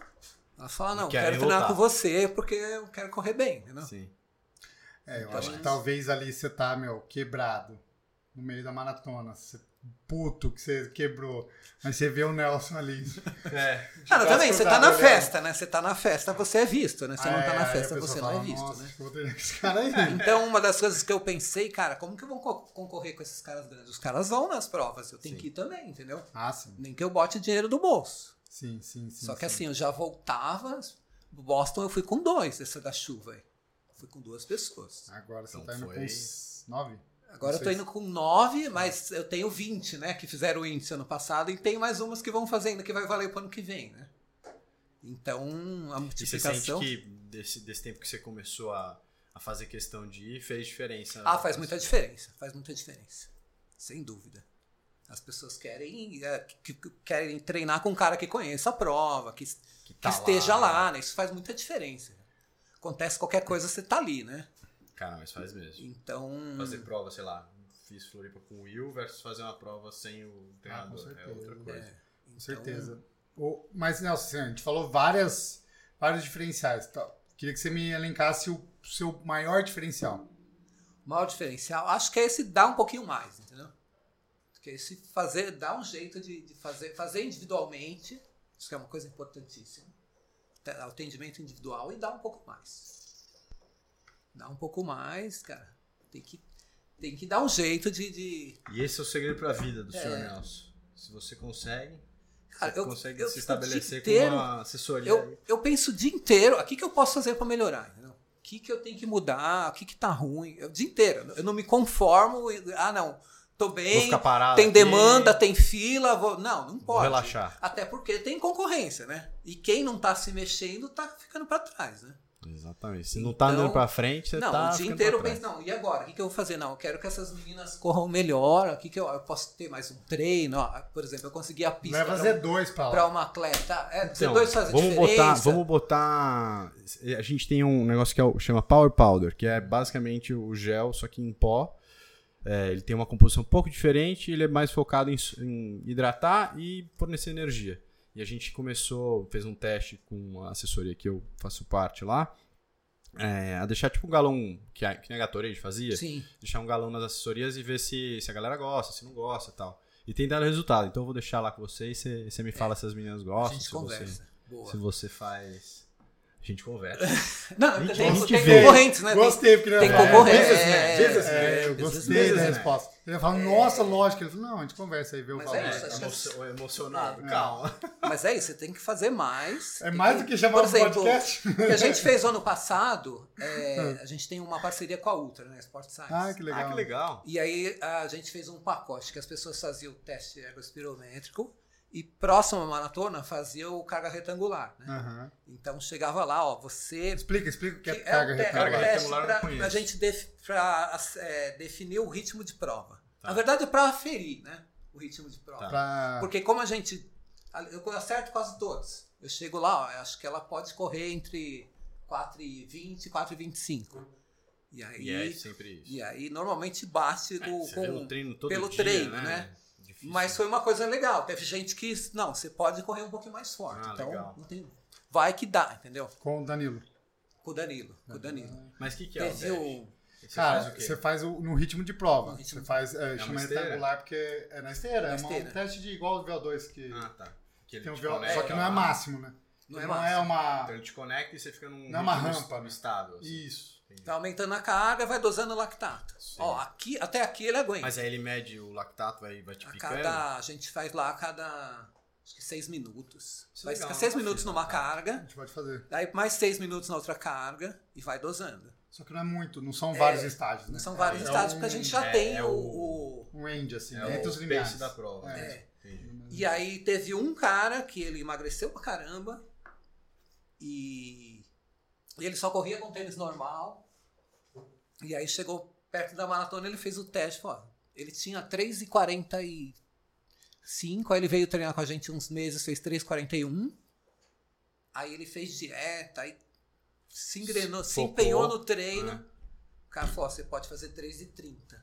Speaker 3: Elas falam, não,
Speaker 2: Querem
Speaker 3: quero treinar
Speaker 2: voltar.
Speaker 3: com você porque eu quero correr bem. entendeu?
Speaker 2: Sim.
Speaker 1: é, eu
Speaker 3: Então,
Speaker 1: acho que
Speaker 3: mas-
Speaker 1: talvez ali você tá, meu, quebrado no meio da maratona. Você, puto que você quebrou. Mas você vê o Nelson ali.
Speaker 2: É.
Speaker 3: Cara,
Speaker 1: Braço
Speaker 3: também, você tá
Speaker 1: cruzado,
Speaker 3: na
Speaker 1: olhando.
Speaker 3: festa, né? Você tá na festa, você é visto, né? Você não tá
Speaker 1: Aí-
Speaker 3: na
Speaker 1: aí Ah, a
Speaker 3: festa,
Speaker 1: pessoa
Speaker 3: você
Speaker 1: fala,
Speaker 3: não é visto,
Speaker 1: Nossa,
Speaker 3: né?
Speaker 1: vou treinar com esse cara aí.
Speaker 3: Então, uma das coisas que eu pensei, cara, como que eu vou co- concorrer com esses caras grandes? Os caras vão nas provas, eu tenho
Speaker 2: Sim.
Speaker 3: que ir também, entendeu?
Speaker 1: Ah, sim.
Speaker 3: Nem que eu bote dinheiro do bolso.
Speaker 1: Sim, sim, sim.
Speaker 3: Só que
Speaker 1: sim.
Speaker 3: assim, eu já voltava. Boston eu fui com dois, essa da chuva aí. Fui com duas pessoas.
Speaker 1: Agora você
Speaker 2: Então
Speaker 1: tá indo
Speaker 2: foi-
Speaker 1: com uns nove?
Speaker 3: Agora eu tô
Speaker 1: Vocês-
Speaker 3: indo com 9,
Speaker 2: Tá.
Speaker 3: mas eu tenho 20, né? Que fizeram o índice ano passado, e tem mais umas que vão fazendo que vai valer pro ano que vem, né? Então, a
Speaker 2: E você sente
Speaker 3: multiplicação.
Speaker 2: que desse, desse tempo que você começou a, a fazer questão de ir, fez diferença.
Speaker 3: Ah, faz muita diferença. Faz muita diferença. Sem dúvida. As pessoas querem, é, que- que- querem treinar com um cara que conheça a prova, que,
Speaker 2: Que,
Speaker 3: que esteja lá, né? Isso faz muita diferença. Acontece qualquer coisa, você tá ali, né?
Speaker 2: Cara, mas faz mesmo.
Speaker 3: Então.
Speaker 2: Fazer prova, sei lá, fiz Floripa com o Will versus fazer uma prova sem o treinador. é
Speaker 1: certeza.
Speaker 2: outra
Speaker 3: Ah, é,
Speaker 2: coisa.
Speaker 1: Com
Speaker 3: então-
Speaker 1: certeza. O- mas, Nelson, assim, a gente falou várias, vários diferenciais. Tá? Queria que você me elencasse o seu maior diferencial.
Speaker 3: maior diferencial, acho que é esse dar um pouquinho mais, entendeu? Que é esse fazer, dar um jeito de, de fazer, fazer individualmente, isso que é uma coisa importantíssima. Tá, Atendimento individual e dar um pouco mais. Dar um pouco mais, cara. Tem que, tem que dar um jeito de. de-
Speaker 2: E esse é o segredo pra vida do
Speaker 3: É.
Speaker 2: senhor Nelson. Se você consegue,
Speaker 3: Cara,
Speaker 2: você
Speaker 3: eu,
Speaker 2: consegue
Speaker 3: eu
Speaker 2: se
Speaker 3: fico o dia
Speaker 2: estabelecer com
Speaker 3: inteiro-
Speaker 2: uma assessoria. aí.
Speaker 3: eu, eu penso o dia inteiro, "Ah, o que, que eu posso fazer para melhorar? entendeu? O que, que eu tenho que mudar? O que, que tá ruim? Eu- O dia inteiro. Eu não me conformo. e- Ah, não. Tô
Speaker 2: Vou
Speaker 3: bem,
Speaker 2: ficar parado.
Speaker 3: tem
Speaker 2: aqui,
Speaker 3: demanda, tem fila, vou... não, não
Speaker 2: Vou
Speaker 3: pode.
Speaker 2: relaxar.
Speaker 3: Até porque tem concorrência, né? E quem não tá se mexendo tá ficando pra trás, né?
Speaker 2: Exatamente. Se não tá andando
Speaker 3: Então-
Speaker 2: pra frente, você
Speaker 3: não,
Speaker 2: tá.
Speaker 3: o dia
Speaker 2: ficando
Speaker 3: inteiro eu
Speaker 2: pra trás.
Speaker 3: penso, não, e agora? O que, que eu vou fazer? Não, eu quero que essas meninas corram melhor, o que, que eu, eu posso ter mais um treino? Ó, por exemplo, eu consegui a pista
Speaker 1: Leva
Speaker 3: pra,
Speaker 1: Z2 pra
Speaker 3: um-
Speaker 1: lá.
Speaker 3: pra uma atleta. É,
Speaker 2: Então,
Speaker 3: dois fazem
Speaker 2: vamos
Speaker 3: diferença.
Speaker 2: botar, vamos botar. A gente tem um negócio que é o- chama Power Powder, que é basicamente o gel, só que em pó. É, ele tem uma composição um pouco diferente, ele é mais focado em, s- em hidratar e fornecer energia. E a gente começou, fez um teste com uma assessoria que eu faço parte lá, é, a deixar tipo um galão que a, que nem a Gatorade fazia,
Speaker 3: Sim,
Speaker 2: deixar um galão nas assessorias e ver se, se a galera gosta, se não gosta e tal. E tem dado resultado, então eu vou deixar lá com vocês, você você me fala se as meninas
Speaker 3: a
Speaker 2: gostam,
Speaker 3: gente
Speaker 2: se você é
Speaker 3: conversa. Boa. É
Speaker 2: se você faz. A gente conversa.
Speaker 3: Não,
Speaker 2: A gente- a
Speaker 3: tem,
Speaker 2: gente
Speaker 3: tem
Speaker 2: vê.
Speaker 3: concorrentes, né? Tem-
Speaker 1: Gostei, porque
Speaker 3: tem
Speaker 1: é,
Speaker 3: concorrência,
Speaker 1: businessman,
Speaker 3: é, né?
Speaker 1: businessman.
Speaker 2: é,
Speaker 1: eu
Speaker 2: businessman,
Speaker 1: gostei da
Speaker 2: businessman.
Speaker 1: resposta. Ele falou, nossa, lógico. Ele falou, não, a gente conversa aí, vê o
Speaker 3: Mas
Speaker 1: valor.
Speaker 3: é isso, acho que-
Speaker 2: né? Emocio- emocionado,
Speaker 3: É.
Speaker 2: calma. Ah,
Speaker 3: Mas é isso, você tem que fazer mais.
Speaker 1: É mais do que chamar
Speaker 3: Por
Speaker 1: um
Speaker 3: exemplo,
Speaker 1: podcast?
Speaker 3: O que a gente fez ano passado, é, a gente tem uma parceria com a Ultra, né? Sport Science.
Speaker 1: Ah, que legal.
Speaker 2: Ah, que legal.
Speaker 3: E aí a gente fez um pacote que as pessoas faziam o teste ergospirométrico e próxima maratona fazia o carga retangular, né?
Speaker 1: Aham.
Speaker 3: Então chegava lá, ó, você
Speaker 1: Explica, explica o Ah. que é
Speaker 3: que
Speaker 1: carga
Speaker 3: o te-
Speaker 1: retangular.
Speaker 2: Carga
Speaker 3: o teste
Speaker 2: retangular eu não
Speaker 3: pra-
Speaker 2: conheço.
Speaker 3: pra gente def- pra, as- é, definir o ritmo de prova.
Speaker 2: Tá.
Speaker 3: Na verdade, para aferir, né? O ritmo de prova.
Speaker 2: Tá.
Speaker 1: Pra-
Speaker 3: Porque como a gente Eu acerto quase todos. Eu chego lá, ó, eu acho que ela pode correr entre 4 e 20 e 4 e 25. E aí,
Speaker 2: E é sempre isso.
Speaker 3: e aí normalmente bate
Speaker 2: É,
Speaker 3: com-
Speaker 2: você vê
Speaker 3: com-
Speaker 2: no treino todo
Speaker 3: pelo
Speaker 2: dia,
Speaker 3: treino, né?
Speaker 2: né? Difícil.
Speaker 3: Mas foi uma coisa legal. Teve gente que, não, você pode correr um pouquinho mais forte.
Speaker 2: Ah,
Speaker 3: então,
Speaker 2: legal.
Speaker 3: não tem- vai que dá, entendeu?
Speaker 1: Com o Danilo.
Speaker 3: Com o Danilo. Com o Danilo.
Speaker 2: Mas o que, que é o
Speaker 3: Teve
Speaker 2: dash?
Speaker 3: o.
Speaker 2: Você
Speaker 1: Cara,
Speaker 2: faz o quê?
Speaker 1: você faz o- no ritmo de prova.
Speaker 3: No ritmo
Speaker 1: Você faz, é,
Speaker 2: uma
Speaker 1: chama
Speaker 2: esteira?
Speaker 1: retangular porque é na esteira.
Speaker 3: Na
Speaker 1: é um-
Speaker 3: esteira.
Speaker 1: um teste de igual ao VO2 que
Speaker 2: Ah, tá. Que ele
Speaker 1: tem o
Speaker 2: te
Speaker 1: VO2,
Speaker 2: conecta
Speaker 1: só que não é
Speaker 2: lá.
Speaker 1: máximo, né?
Speaker 3: Não
Speaker 1: Ele
Speaker 3: é
Speaker 1: não
Speaker 3: massa.
Speaker 1: é uma...
Speaker 2: Então ele te conecta e você fica num
Speaker 1: Não é uma
Speaker 2: ritmo
Speaker 1: rampa,
Speaker 2: est-
Speaker 1: né?
Speaker 2: estável. assim.
Speaker 1: Isso.
Speaker 2: Entendi.
Speaker 3: Tá aumentando a carga, vai dosando lactato. Ó, aqui, até aqui ele aguenta.
Speaker 2: Mas aí ele mede o lactato, vai, vai te
Speaker 3: a
Speaker 2: picando.
Speaker 3: cada. A gente faz lá a cada. Acho que seis minutos.
Speaker 2: Isso é
Speaker 3: vai
Speaker 2: legal,
Speaker 3: ficar seis
Speaker 2: nunca
Speaker 3: minutos
Speaker 2: fiz,
Speaker 3: numa
Speaker 2: não, tá?
Speaker 1: A
Speaker 3: carga,
Speaker 1: gente pode fazer.
Speaker 3: daí mais seis minutos na outra carga e vai dosando.
Speaker 1: Só que não é muito, não são
Speaker 3: É,
Speaker 1: vários estágios, né?
Speaker 3: Não são vários
Speaker 1: é
Speaker 3: estágios,
Speaker 1: um-
Speaker 3: porque a gente já
Speaker 2: é-
Speaker 3: tem
Speaker 2: é
Speaker 3: o-
Speaker 2: o-
Speaker 3: o
Speaker 1: Um range, assim,
Speaker 2: É
Speaker 1: entre os
Speaker 2: o pace
Speaker 1: limiares.
Speaker 2: da prova.
Speaker 1: É.
Speaker 2: né? Entendi.
Speaker 3: E aí teve um cara que ele emagreceu pra caramba e e ele só corria com tênis normal. E aí chegou perto da maratona, ele fez o teste, ó. Ele tinha 3,45, aí ele veio treinar com a gente uns meses, fez 3,41. Aí ele fez dieta, aí se engrenou, se
Speaker 2: Focou,
Speaker 3: empenhou no treino.
Speaker 2: né?
Speaker 3: O cara falou, ó, você pode fazer 3,30.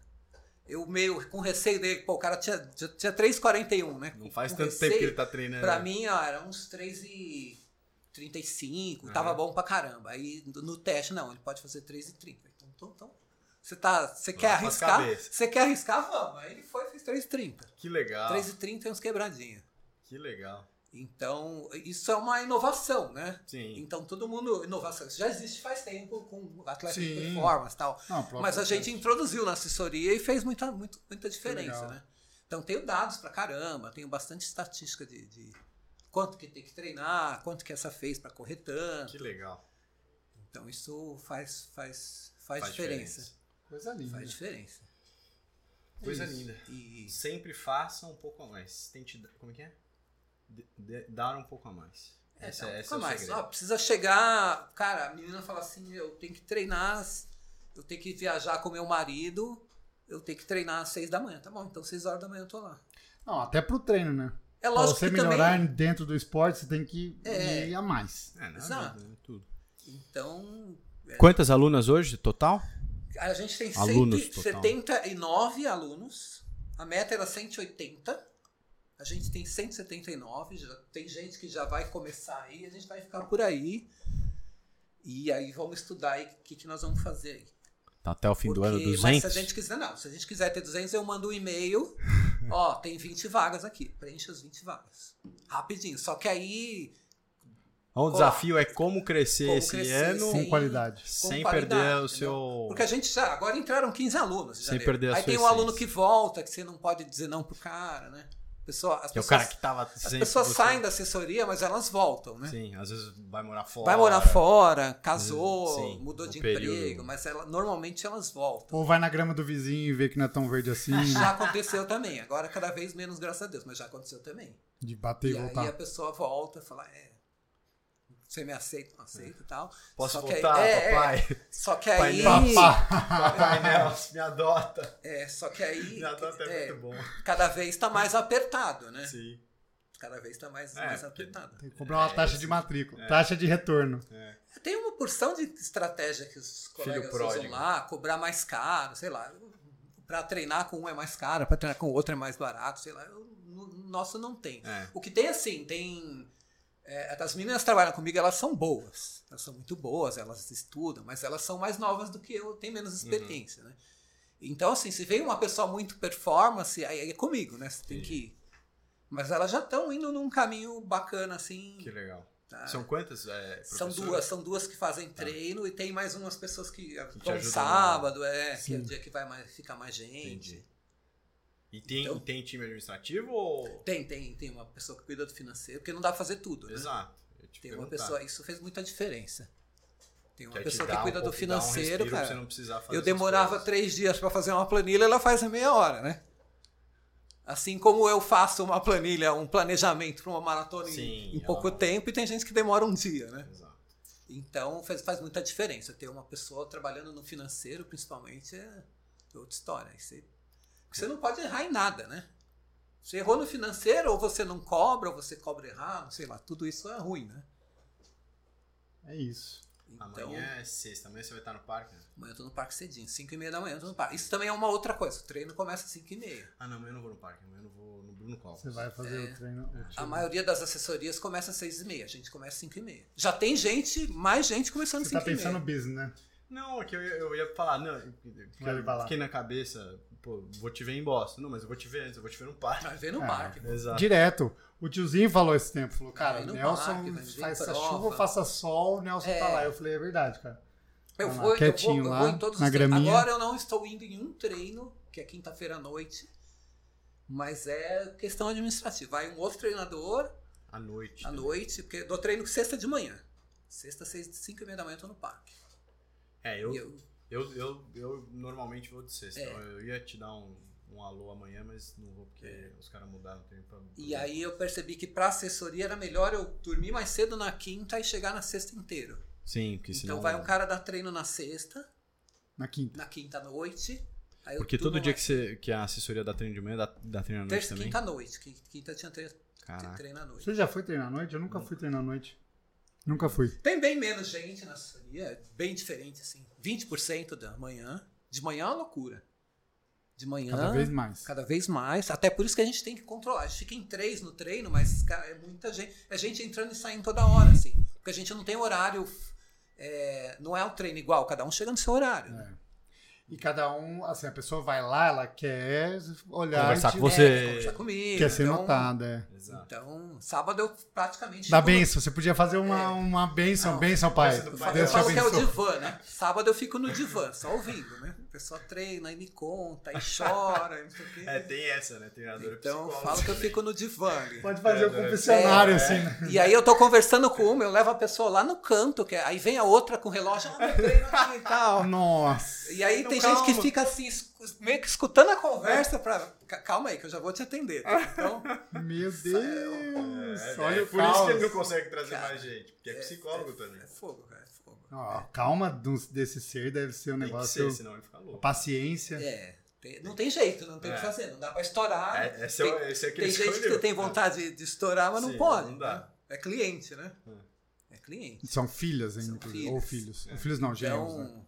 Speaker 3: Eu meio com receio dele, pô, o cara tinha, já tinha 3,41, né?
Speaker 2: Não faz
Speaker 3: Com
Speaker 2: tanto
Speaker 3: receio.
Speaker 2: tempo que ele tá treinando.
Speaker 3: Pra
Speaker 2: né?
Speaker 3: mim, ó, era uns 3,35,
Speaker 2: Aham.
Speaker 3: tava bom pra caramba. Aí no no teste, não, ele pode fazer 3,30. Então, então, então, você tá, você
Speaker 2: Lá
Speaker 3: quer
Speaker 2: pras
Speaker 3: arriscar?
Speaker 2: cabeças.
Speaker 3: Você quer arriscar? Vamos. Aí ele foi e fez 3,30.
Speaker 2: Que legal.
Speaker 3: 3,30 e é uns quebradinhos.
Speaker 2: Que legal.
Speaker 3: Então, isso é uma inovação, né?
Speaker 2: Sim.
Speaker 3: Então, todo mundo, inovação, isso já existe faz tempo com atleta de
Speaker 1: Sim.
Speaker 3: performance e tal.
Speaker 1: Não, prova
Speaker 3: Mas a
Speaker 1: que-
Speaker 3: gente introduziu na assessoria e fez muita, muito- muita diferença,
Speaker 1: Legal.
Speaker 3: né? Então tenho dados pra caramba, tenho bastante estatística de, de quanto que tem que treinar, quanto que essa fez pra correr tanto.
Speaker 2: Que legal.
Speaker 3: Então isso faz, faz, faz,
Speaker 2: Faz
Speaker 3: diferença.
Speaker 2: diferença.
Speaker 1: Coisa linda.
Speaker 3: Faz diferença.
Speaker 2: Coisa
Speaker 1: Isso.
Speaker 2: linda.
Speaker 3: E
Speaker 2: Sempre faça um pouco a mais. Tente. dar- Como é que é? De- de- dar um pouco a mais.
Speaker 3: é,
Speaker 2: Esse
Speaker 3: dá um
Speaker 2: esse
Speaker 3: pouco
Speaker 2: é o
Speaker 3: mais.
Speaker 2: segredo.
Speaker 3: Ó, precisa chegar. Cara, a menina fala assim: eu tenho que treinar, eu tenho que viajar com meu marido, eu tenho que treinar às seis da manhã. Tá bom, então seis horas da manhã eu tô lá.
Speaker 1: Não, até pro treino, né?
Speaker 3: É
Speaker 1: Pra
Speaker 3: lógico
Speaker 1: você
Speaker 3: que
Speaker 1: melhorar né?
Speaker 3: também.
Speaker 1: dentro do esporte, você tem que
Speaker 3: É.
Speaker 1: ir a mais.
Speaker 2: É, nada,
Speaker 3: Exato.
Speaker 2: né? Tudo.
Speaker 3: Então,
Speaker 2: Quantas alunas hoje, total?
Speaker 3: A gente tem
Speaker 2: Alunos
Speaker 3: cento-
Speaker 2: total.
Speaker 3: 79 alunos. A meta era 180. A gente tem 179. Já, tem gente que já vai começar aí. A gente vai ficar por aí. E aí vamos estudar aí o que, que nós vamos fazer aí.
Speaker 2: Tá até o fim do ano,
Speaker 3: Porque-
Speaker 2: 200?
Speaker 3: Mas se a gente quiser, não. Se a gente quiser ter 200, eu mando um e-mail. Ó, tem 20 vagas aqui. Preencha as 20 vagas. Rapidinho. Só que aí,
Speaker 2: Então, O desafio é como crescer
Speaker 3: Como
Speaker 2: esse
Speaker 3: crescer
Speaker 2: ano
Speaker 3: esse-
Speaker 1: Com
Speaker 3: Sim.
Speaker 1: qualidade.
Speaker 2: sem
Speaker 3: qualidade,
Speaker 2: perder o
Speaker 3: entendeu?
Speaker 2: seu.
Speaker 3: Porque a gente já. Agora entraram 15 alunos. em
Speaker 2: Sem
Speaker 3: janeiro.
Speaker 2: perder a sua
Speaker 3: Aí tem um aluno que
Speaker 2: essência.
Speaker 3: volta, que você não pode dizer não pro cara, né? Pessoa, as
Speaker 2: Que é o
Speaker 3: pessoas-
Speaker 2: cara que tava
Speaker 3: As pessoas saem da assessoria, mas elas voltam, né?
Speaker 2: Sim, às vezes vai morar fora.
Speaker 3: Vai morar fora, casou,
Speaker 2: Sim,
Speaker 3: mudou
Speaker 2: um
Speaker 3: de
Speaker 2: período.
Speaker 3: emprego, mas ela- normalmente elas voltam.
Speaker 1: Ou vai na grama do vizinho e vê que não é tão verde assim,
Speaker 2: Hum.
Speaker 3: Já aconteceu também. Agora cada vez menos, graças a Deus, mas já aconteceu também.
Speaker 1: de bater e,
Speaker 3: e aí a
Speaker 1: voltar.
Speaker 3: pessoa volta e fala, é, você me aceita, não aceita e tal.
Speaker 2: Posso
Speaker 3: Só que aí-
Speaker 2: voltar,
Speaker 3: é, é.
Speaker 2: papai?
Speaker 3: Só que
Speaker 2: Pai
Speaker 3: aí...
Speaker 1: Papá!
Speaker 2: Papai Nelson, me adota.
Speaker 3: É, só que aí...
Speaker 2: Me adota é,
Speaker 3: é,
Speaker 2: muito bom.
Speaker 3: cada vez tá mais apertado, né?
Speaker 2: Sim.
Speaker 3: Cada vez tá mais,
Speaker 2: É,
Speaker 3: mais
Speaker 2: porque-
Speaker 3: apertado.
Speaker 1: Tem que cobrar uma
Speaker 2: É,
Speaker 1: taxa
Speaker 2: esse-
Speaker 1: de matrícula, taxa de retorno.
Speaker 3: Tem uma porção de estratégia que os colegas usam
Speaker 2: pródigo.
Speaker 3: lá, cobrar mais caro, sei lá. Pra treinar com um é mais caro, pra treinar com o outro é mais barato, sei lá. Eu- no- no nosso não tem.
Speaker 2: É.
Speaker 3: O que tem assim, tem. é, as meninas que trabalham comigo, elas são boas. Elas são muito boas, elas estudam, mas elas são mais novas do que eu, têm menos
Speaker 2: Uhum.
Speaker 3: experiência, né? Então, assim, se vem uma pessoa muito performance, aí é comigo, né? Você tem
Speaker 2: Entendi.
Speaker 3: que ir. Mas elas já estão indo num caminho bacana, assim.
Speaker 2: Que legal.
Speaker 3: tá?
Speaker 2: São quantas? é,
Speaker 3: São
Speaker 2: professoras?
Speaker 3: duas, são duas que fazem treino e tem mais umas pessoas que,
Speaker 2: Tá. te
Speaker 3: vão
Speaker 2: ajudam.
Speaker 3: sábado, é, que é o
Speaker 1: Sim.
Speaker 3: dia que vai mais, ficar mais gente.
Speaker 2: Entendi. E tem,
Speaker 3: Então-
Speaker 2: tem time administrativo ou.
Speaker 3: Tem, tem, tem uma pessoa que cuida do financeiro, porque não dá pra fazer tudo, né?
Speaker 2: Exato. Eu te
Speaker 3: Tem uma
Speaker 2: perguntar.
Speaker 3: pessoa, isso fez muita diferença. Tem uma
Speaker 2: Quer te
Speaker 3: pessoa que
Speaker 2: dar um
Speaker 3: cuida do
Speaker 2: pouco- dar um
Speaker 3: financeiro,
Speaker 2: respiro pra Você
Speaker 3: cara.
Speaker 2: não precisar fazer
Speaker 3: Eu
Speaker 2: essas
Speaker 3: demorava
Speaker 2: coisas.
Speaker 3: três dias pra fazer uma planilha, ela faz em meia hora, né? Assim como eu faço uma planilha, um planejamento pra uma maratona em-
Speaker 2: Sim,
Speaker 3: em pouco
Speaker 2: ela-
Speaker 3: tempo, e tem gente que demora um dia, né?
Speaker 2: Exato.
Speaker 3: Então faz, faz muita diferença. Ter uma pessoa trabalhando no financeiro, principalmente, é outra história. Aí você, porque você não pode errar em nada, né? Você errou no financeiro, ou você não cobra, ou você cobra errado, sei lá, tudo isso é ruim, né?
Speaker 1: É isso.
Speaker 3: Então,
Speaker 2: Amanhã é sexta, amanhã você vai estar no parque? né?
Speaker 3: amanhã eu tô no parque cedinho, 5 e meia da manhã eu tô no parque. Isso também é uma outra coisa, o treino começa às 5 e meia.
Speaker 2: Ah, não, amanhã eu não vou no parque, amanhã eu não vou no Bruno Covas.
Speaker 1: Você vai fazer o treino. o
Speaker 3: É. A
Speaker 1: tiro.
Speaker 3: maioria das assessorias começa às 6 e meia, a gente começa às 5 e meia. Já tem gente, mais gente começando às
Speaker 1: Você tá
Speaker 3: 5 e
Speaker 1: pensando
Speaker 3: meia.
Speaker 1: no business, né?
Speaker 2: Não, é que eu ia, eu ia falar, não, eu-
Speaker 1: Vai
Speaker 2: eu
Speaker 1: falar.
Speaker 2: fiquei na cabeça, pô, vou te ver em Boston. Não, mas eu vou te ver antes, eu vou te ver no parque.
Speaker 3: Vai ver no
Speaker 1: Ah,
Speaker 3: parque.
Speaker 2: Exato.
Speaker 1: Direto. O tiozinho falou esse tempo, falou, cara,
Speaker 3: Vai no
Speaker 1: Nelson
Speaker 3: parque, vai ver
Speaker 1: faz essa
Speaker 3: prova.
Speaker 1: chuva, faça sol, o Nelson tá
Speaker 3: É.
Speaker 1: lá. Eu falei, é verdade, cara.
Speaker 3: Eu
Speaker 1: Vai lá,
Speaker 3: vou, eu vou,
Speaker 1: quietinho
Speaker 3: eu
Speaker 1: lá,
Speaker 3: vou em todos
Speaker 1: na
Speaker 3: os treinos.
Speaker 1: graminha.
Speaker 3: Agora eu não estou indo em um treino, que é quinta-feira à noite, mas é questão administrativa. Vai um outro treinador
Speaker 2: À noite.
Speaker 3: à
Speaker 2: né?
Speaker 3: noite, porque dou treino sexta de manhã. Sexta, seis, cinco e meia da manhã eu tô no parque.
Speaker 2: É,
Speaker 3: E
Speaker 2: eu,
Speaker 3: eu-
Speaker 2: eu, eu, eu normalmente vou de sexta.
Speaker 3: É.
Speaker 2: então Eu ia te dar um, um alô amanhã, mas não vou porque os caras mudaram o treino pra.
Speaker 3: É. e aí eu percebi que pra assessoria era melhor eu dormir mais cedo na quinta e chegar na sexta inteiro.
Speaker 2: Sim, porque senão.
Speaker 3: Então vai um cara dar treino na sexta,
Speaker 1: Na quinta.
Speaker 3: na quinta à noite. aí eu
Speaker 2: Porque todo
Speaker 3: durmo
Speaker 2: dia que,
Speaker 3: mais-
Speaker 2: você, que a assessoria dá treino de manhã, dá, dá treino à noite
Speaker 3: Terça,
Speaker 2: também.
Speaker 3: quinta à noite. Quinta, quinta tinha tre-
Speaker 2: Caraca.
Speaker 3: treino à noite.
Speaker 1: Você já foi treinar à noite? Eu nunca fui treinar à noite. Nunca fui.
Speaker 3: Tem bem menos gente na assessoria, é bem diferente, assim. 20% da manhã. De manhã é uma loucura. De manhã.
Speaker 1: Cada vez mais.
Speaker 3: Ah. cada vez mais. Até por isso que a gente tem que controlar. A gente fica em três no treino, mas, cara, é muita gente. É gente entrando e saindo toda hora, assim. Porque a gente não tem horário. é, não é um treino igual, cada um chega no seu horário.
Speaker 1: É.
Speaker 3: né?
Speaker 1: E cada um, assim, a pessoa vai lá, ela quer olhar.
Speaker 2: Conversar
Speaker 1: e
Speaker 2: com
Speaker 1: dizer,
Speaker 2: você.
Speaker 3: Quer conversar comigo,
Speaker 1: Quer ser
Speaker 3: então-
Speaker 1: notada, é.
Speaker 2: Exato.
Speaker 3: Então, sábado eu praticamente.
Speaker 1: Dá
Speaker 3: fico no-
Speaker 1: benção, você podia fazer uma, uma benção,
Speaker 3: Não,
Speaker 1: benção, pai.
Speaker 2: benção do
Speaker 3: Eu
Speaker 2: pai.
Speaker 1: Deus
Speaker 3: falo, eu
Speaker 1: te
Speaker 3: falo que é o
Speaker 1: abençoe.
Speaker 3: divã, né? Sábado eu fico no divã, só ouvindo, né? O pessoal treina e me conta, e chora, e não sei o quê.
Speaker 2: É, tem essa, né? Treinadora
Speaker 3: Então eu
Speaker 2: psicóloga.
Speaker 3: falo que eu fico no divã ali.
Speaker 1: Pode fazer o
Speaker 2: É, né?
Speaker 1: confessionário,
Speaker 3: É,
Speaker 1: assim, né?
Speaker 3: E aí eu tô conversando com uma, eu levo a pessoa lá no canto, que é- aí vem a outra com o relógio, ah, meu treino aqui e tal.
Speaker 1: Nossa.
Speaker 3: E aí
Speaker 2: Não,
Speaker 3: tem
Speaker 2: calma.
Speaker 3: gente que fica assim, escu- meio que escutando a conversa pra. "Ca- Calma aí, que eu já vou te atender. tá? Então,
Speaker 1: Meu Deus.
Speaker 2: É,
Speaker 1: olha
Speaker 2: é,
Speaker 1: o
Speaker 2: por isso que
Speaker 1: caos.
Speaker 2: ele não consegue trazer
Speaker 3: Cara,
Speaker 2: mais gente, porque é psicólogo também.
Speaker 3: é fogo, cara, é fogo.
Speaker 1: Ó, a calma do- desse ser deve ser um
Speaker 2: Tem que ser,
Speaker 1: negócio.
Speaker 2: senão ele fica louco.
Speaker 1: Paciência.
Speaker 3: É, tem- não tem jeito, não tem o
Speaker 2: É.
Speaker 3: que fazer, não dá pra estourar.
Speaker 2: É, esse é o-
Speaker 3: Tem-
Speaker 2: esse é que
Speaker 3: tem
Speaker 2: ele
Speaker 3: gente
Speaker 2: escolheu.
Speaker 3: que tem vontade de- de estourar, mas
Speaker 2: Sim,
Speaker 3: não pode.
Speaker 2: não dá.
Speaker 3: né? É cliente, né? É cliente.
Speaker 1: São filhas, hein?
Speaker 3: São
Speaker 1: inclusive,
Speaker 3: filhas.
Speaker 1: Ou filhos.
Speaker 2: É.
Speaker 1: Ou filhos não, gêmeos. né?
Speaker 3: Então,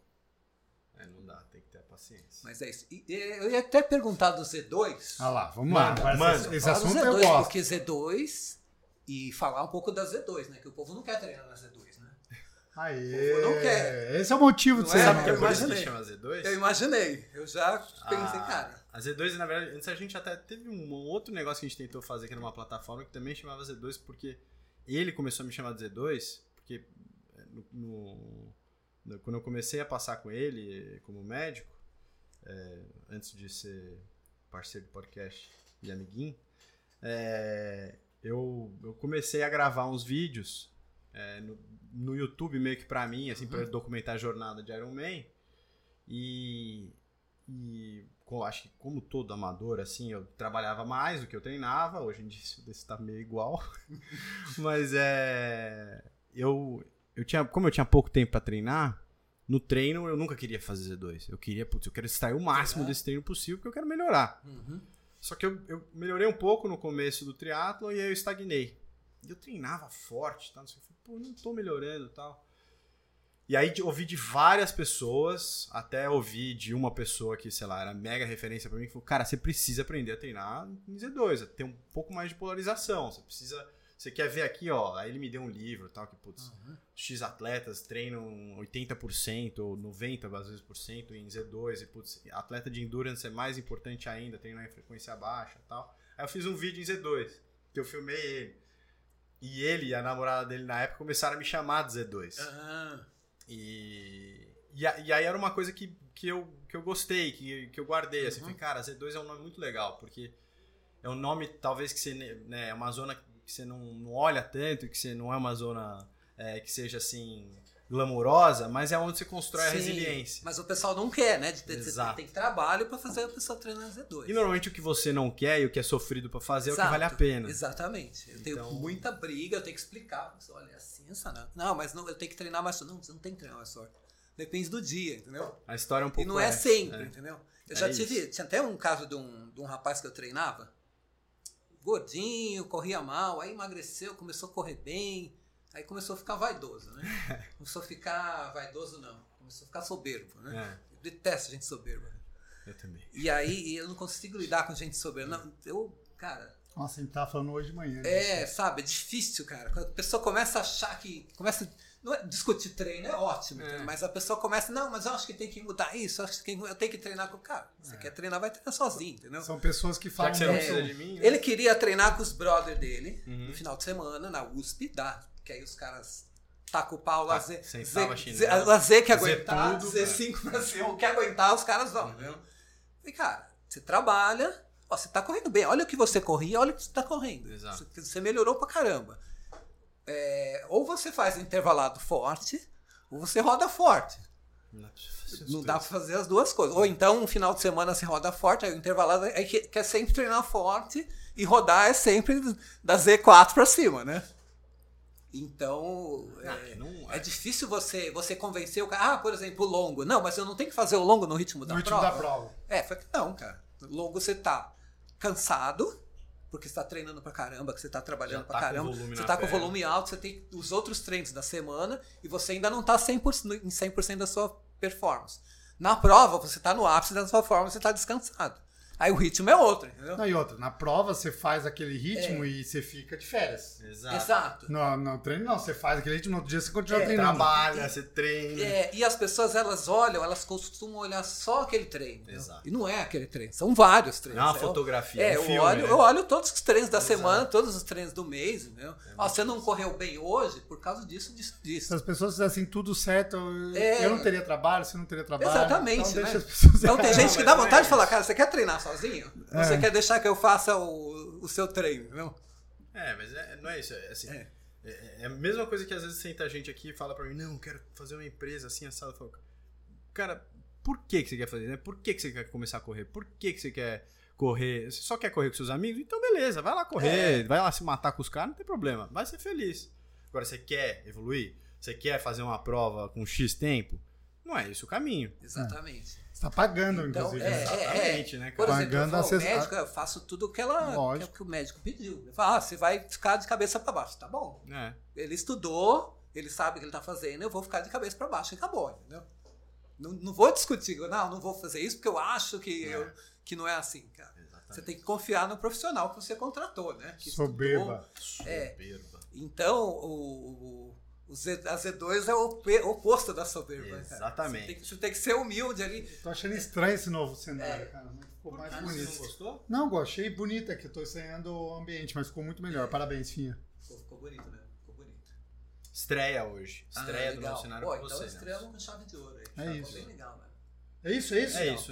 Speaker 2: É, não dá, tem que ter a paciência.
Speaker 3: mas é isso. E- e- eu ia até perguntar do Z2.
Speaker 1: Ah lá, vamos
Speaker 2: Manda,
Speaker 1: lá.
Speaker 2: manda.
Speaker 1: Esse, esse
Speaker 3: Falar do
Speaker 1: assunto eu
Speaker 3: Z2,
Speaker 1: gosto.
Speaker 3: porque Z2 e falar um pouco da Z2, né? Que o povo não quer treinar na Z2, né?
Speaker 1: Aê.
Speaker 3: não quer.
Speaker 1: Esse é o motivo de
Speaker 3: Não
Speaker 1: você
Speaker 3: é,
Speaker 1: saber
Speaker 2: Sabe
Speaker 3: eu
Speaker 2: que é por isso que
Speaker 3: imaginei.
Speaker 2: chama Z2?
Speaker 3: Eu imaginei. Eu já pensei,
Speaker 2: A-
Speaker 3: cara.
Speaker 2: Ah, A Z2, na verdade, antes a gente até teve um outro negócio que a gente tentou fazer que era uma plataforma que também chamava Z2, porque ele começou a me chamar de Z2, porque é, no- no- no- quando eu comecei a passar com ele eh, como médico, eh, antes de ser parceiro do podcast e amiguinho, eh, eu, eu comecei a gravar uns vídeos eh, no, no YouTube meio que pra mim, assim, pra documentar a jornada de Iron Man. E, e co- acho que como todo amador, assim, eu trabalhava mais do que eu treinava, hoje em dia isso está meio igual. Mas é. Eu, eu tinha, como eu tinha pouco tempo para treinar, no treino eu nunca queria fazer Z2. Eu queria, putz, eu quero extrair o máximo
Speaker 3: Será?
Speaker 2: desse treino possível porque eu quero melhorar.
Speaker 3: Uhum.
Speaker 2: Só que eu, eu melhorei um pouco no começo do triatlo e aí eu estagnei. E eu treinava forte, tá? Não sei, eu falei, pô, não tô melhorando e tal. E aí de- ouvi de várias pessoas, até ouvi de uma pessoa que, sei lá, era mega referência pra mim, que falou, cara, você precisa aprender a treinar em Z2, tem um pouco mais de polarização, você precisa... Você quer ver aqui, ó, aí ele me deu um livro e tal, que, putz,
Speaker 1: uhum.
Speaker 2: X atletas treinam 80% ou 90% às vezes por cento em Z2 e putz, atleta de endurance é mais importante ainda, treinar em frequência baixa e tal. Aí eu fiz um vídeo em Z2, que eu filmei ele. E ele e a namorada dele na época começaram a me chamar de Z2.
Speaker 3: Ah,
Speaker 2: E, e, a- e aí era uma coisa que, que, eu, que eu gostei, que, que eu guardei.
Speaker 3: Uhum.
Speaker 2: Assim, falei, cara, Z2 é um nome muito legal, porque é um nome, talvez, que você. ne- Né, é uma zona que você não, não olha tanto, que você não é uma zona é, que seja assim. glamourosa, mas é onde você constrói a
Speaker 3: sim.
Speaker 2: resiliência.
Speaker 3: Mas o pessoal não quer, né? De, de,
Speaker 2: Exato.
Speaker 3: Tem trabalho pra fazer a pessoa treinar na Z2.
Speaker 2: E normalmente o que você não quer e o que é sofrido pra fazer é o que
Speaker 3: Exato,
Speaker 2: vale a pena.
Speaker 3: Exatamente. Eu tenho
Speaker 2: Então-
Speaker 3: muita briga, eu tenho que explicar. Mas, Olha, é assim, essa não. Não, mas não, eu tenho que treinar mais forte. Não, você não tem que treinar mais forte. Depende do dia, entendeu?
Speaker 2: A história é um pouco.
Speaker 3: E não é
Speaker 2: essa,
Speaker 3: sempre,
Speaker 2: né?
Speaker 3: entendeu? Eu
Speaker 2: É
Speaker 3: já
Speaker 2: isso.
Speaker 3: tive. Tinha até um caso de um, de um rapaz que eu treinava, gordinho, corria mal, aí emagreceu, começou a correr bem, aí começou a ficar vaidoso, né? Começou a ficar vaidoso, não. Começou a ficar soberbo, né?
Speaker 2: É,
Speaker 3: Eu detesto gente soberba.
Speaker 2: eu também.
Speaker 3: E aí e eu não consigo lidar com gente soberba. Não, eu, cara,
Speaker 1: Nossa, a gente tava falando hoje de manhã. né?
Speaker 3: é, sabe, é difícil, cara. Quando a pessoa começa a achar que. Começa. Não é discutir treino, é ótimo,
Speaker 2: É.
Speaker 3: entendeu? mas a pessoa começa, não, mas eu acho que tem que mudar isso, eu acho que tem- eu tenho que treinar com o cara. Você quer treinar, vai treinar sozinho, entendeu?
Speaker 1: São pessoas que
Speaker 2: Já
Speaker 1: falam.
Speaker 2: que você não
Speaker 1: muito-
Speaker 2: precisa de mim, né?
Speaker 3: É, Ele queria treinar com os brother dele
Speaker 2: Uhum.
Speaker 3: no final de semana, na USP, dá. Porque aí os caras tacam o pau lá,
Speaker 2: Tá,
Speaker 3: Zé.
Speaker 2: sem
Speaker 3: Zé,
Speaker 2: tava
Speaker 3: Zé,
Speaker 2: chinelo.
Speaker 3: lá Zé que
Speaker 2: Zé
Speaker 3: aguentar,
Speaker 2: tudo, né? Uhum.
Speaker 3: Zé
Speaker 2: cara.
Speaker 3: 5 pra Zé 1 que aguentar, os caras vão, entendeu? E cara, você trabalha, ó, você tá correndo bem, olha o que você corria, olha o que você tá correndo.
Speaker 2: Exato.
Speaker 3: Você, você melhorou pra caramba. É, ou você faz intervalado forte, ou você roda forte.
Speaker 2: Não dá pra fazer os
Speaker 3: Não
Speaker 2: dois.
Speaker 3: dá pra fazer as duas coisas. Ou então, um final de semana você roda forte, aí o intervalado é que quer sempre treinar forte e rodar é sempre da Z4 pra cima, né? Então, é,
Speaker 2: Não,
Speaker 3: é difícil você, você convencer o cara. Ah, por exemplo, o longo. Não, mas eu não tenho que fazer o longo no ritmo da
Speaker 1: No ritmo
Speaker 3: prova.
Speaker 1: da prova.
Speaker 3: É, foi que não, cara. Logo você tá cansado, porque você tá treinando pra caramba, que você tá trabalhando
Speaker 2: Já
Speaker 3: pra
Speaker 2: tá com
Speaker 3: caramba,
Speaker 2: volume
Speaker 3: você
Speaker 2: na
Speaker 3: tá com o
Speaker 2: perna.
Speaker 3: volume alto, você tem os outros treinos da semana e você ainda não tá 100%, em 100% da sua performance. Na prova, você tá no ápice da sua forma, você tá descansado. Aí o ritmo é outro, entendeu?
Speaker 1: Não, e outra, na prova você faz aquele
Speaker 3: É.
Speaker 1: ritmo e você fica de férias.
Speaker 2: Exato.
Speaker 3: Exato.
Speaker 1: No, no treino não, você faz aquele ritmo, no outro dia você continua
Speaker 3: É,
Speaker 1: treinando.
Speaker 2: Trabalha, você treina.
Speaker 3: É, e as pessoas, elas olham, elas costumam olhar só aquele treino. entendeu?
Speaker 2: Exato.
Speaker 3: E não é aquele treino, são vários
Speaker 2: Não é
Speaker 3: treinos.
Speaker 2: uma
Speaker 3: é o-
Speaker 2: fotografia,
Speaker 3: É,
Speaker 2: é um
Speaker 3: eu,
Speaker 2: filme,
Speaker 3: olho,
Speaker 2: né?
Speaker 3: eu olho todos os treinos da
Speaker 2: Exato. É
Speaker 3: semana, todos os treinos do mês, entendeu? Ó, você não correu bem hoje por causa disso, disso,
Speaker 1: Se
Speaker 3: disso.
Speaker 1: as pessoas fizessem tudo certo, eu-
Speaker 3: É.
Speaker 1: eu não teria trabalho, você não teria trabalho.
Speaker 3: Exatamente,
Speaker 1: Então deixa
Speaker 3: né?
Speaker 1: as pessoas
Speaker 3: Então tem gente que dá
Speaker 2: mas
Speaker 3: vontade
Speaker 2: é
Speaker 3: de falar, cara, você quer treinar sozinho? Ou
Speaker 1: É.
Speaker 3: Você quer deixar que eu faça o, o seu treino, entendeu?
Speaker 2: É, mas é- não é isso. É, assim,
Speaker 3: É.
Speaker 2: é. é a mesma coisa que às vezes senta a gente aqui e fala pra mim, não, quero fazer uma empresa assim, assado. Eu falo, cara, por que, que você quer fazer? Né? Por que, que você quer começar a correr? Por que, que você quer correr? Você só quer correr com seus amigos? Então beleza, vai lá
Speaker 3: É.
Speaker 2: correr, vai lá se matar com os caras, não tem problema. Vai ser feliz. Agora, você quer evoluir? Você quer fazer uma prova com X tempo? Não é esse o caminho.
Speaker 3: Exatamente.
Speaker 1: Você tá pagando,
Speaker 3: Então,
Speaker 1: inclusive.
Speaker 3: é, é, é.
Speaker 2: Exatamente, né,
Speaker 3: Por
Speaker 2: cara?
Speaker 3: exemplo, eu
Speaker 1: Pagando
Speaker 3: falo,
Speaker 1: acess-
Speaker 3: médico, eu faço tudo o que, ela, que, é o
Speaker 1: Lógico.
Speaker 3: que o médico pediu. Eu falo, ah, você vai ficar de cabeça pra baixo, tá bom.
Speaker 2: É.
Speaker 3: Ele estudou, ele sabe o que ele tá fazendo, eu vou ficar de cabeça pra baixo e acabou, entendeu? Não, não vou discutir, não, não vou fazer isso porque eu acho que,
Speaker 2: É.
Speaker 3: eu- que não é assim, cara.
Speaker 2: Exatamente.
Speaker 3: Você tem que confiar no profissional que você contratou, né? Que estudou.
Speaker 1: Soberba.
Speaker 3: É.
Speaker 2: Soberba.
Speaker 3: Então, o, o- o Z, a Z2 é o op- oposto da soberba. né, cara.
Speaker 2: Exatamente.
Speaker 3: Você tem, que, você tem que ser humilde ali.
Speaker 1: Tô achando estranho esse novo
Speaker 3: É.
Speaker 1: cenário, cara. Mas ficou mais
Speaker 2: Ah, você não
Speaker 1: bonito.
Speaker 2: gostou?
Speaker 1: Não, eu achei bonita que eu tô estranhando o ambiente, mas ficou muito melhor. Parabéns, Finha.
Speaker 3: Pô, ficou bonito mesmo, ficou bonito.
Speaker 2: Estreia hoje. Estreia
Speaker 3: Ah,
Speaker 2: do
Speaker 3: legal.
Speaker 2: nosso cenário
Speaker 3: Pô,
Speaker 2: com
Speaker 3: então
Speaker 2: vocês.
Speaker 3: estreamos com chave de ouro aí.
Speaker 1: É
Speaker 3: Ficou
Speaker 1: isso.
Speaker 3: bem legal, né?
Speaker 1: É isso, é isso?
Speaker 2: É
Speaker 1: Temos?
Speaker 2: isso,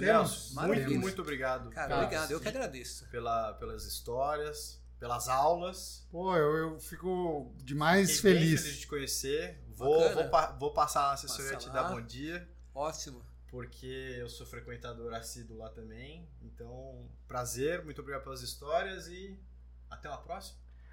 Speaker 2: Nelson. Muito,
Speaker 1: Temos.
Speaker 2: muito obrigado.
Speaker 3: Cara,
Speaker 1: Cara,
Speaker 3: obrigado, eu
Speaker 2: sim.
Speaker 3: que agradeço.
Speaker 2: Pela, pelas histórias, pelas aulas.
Speaker 1: Pô, eu, eu fico demais
Speaker 2: Fiquei bem
Speaker 1: feliz.
Speaker 2: feliz de te conhecer. Vou,
Speaker 3: Bacana.
Speaker 2: vou, pa- vou passar na assessoria
Speaker 3: Passa
Speaker 2: te
Speaker 3: lá.
Speaker 2: dar bom dia,
Speaker 3: Ótimo.
Speaker 2: porque eu sou frequentador assíduo lá também. Então, prazer, muito obrigado pelas histórias e até uma próxima.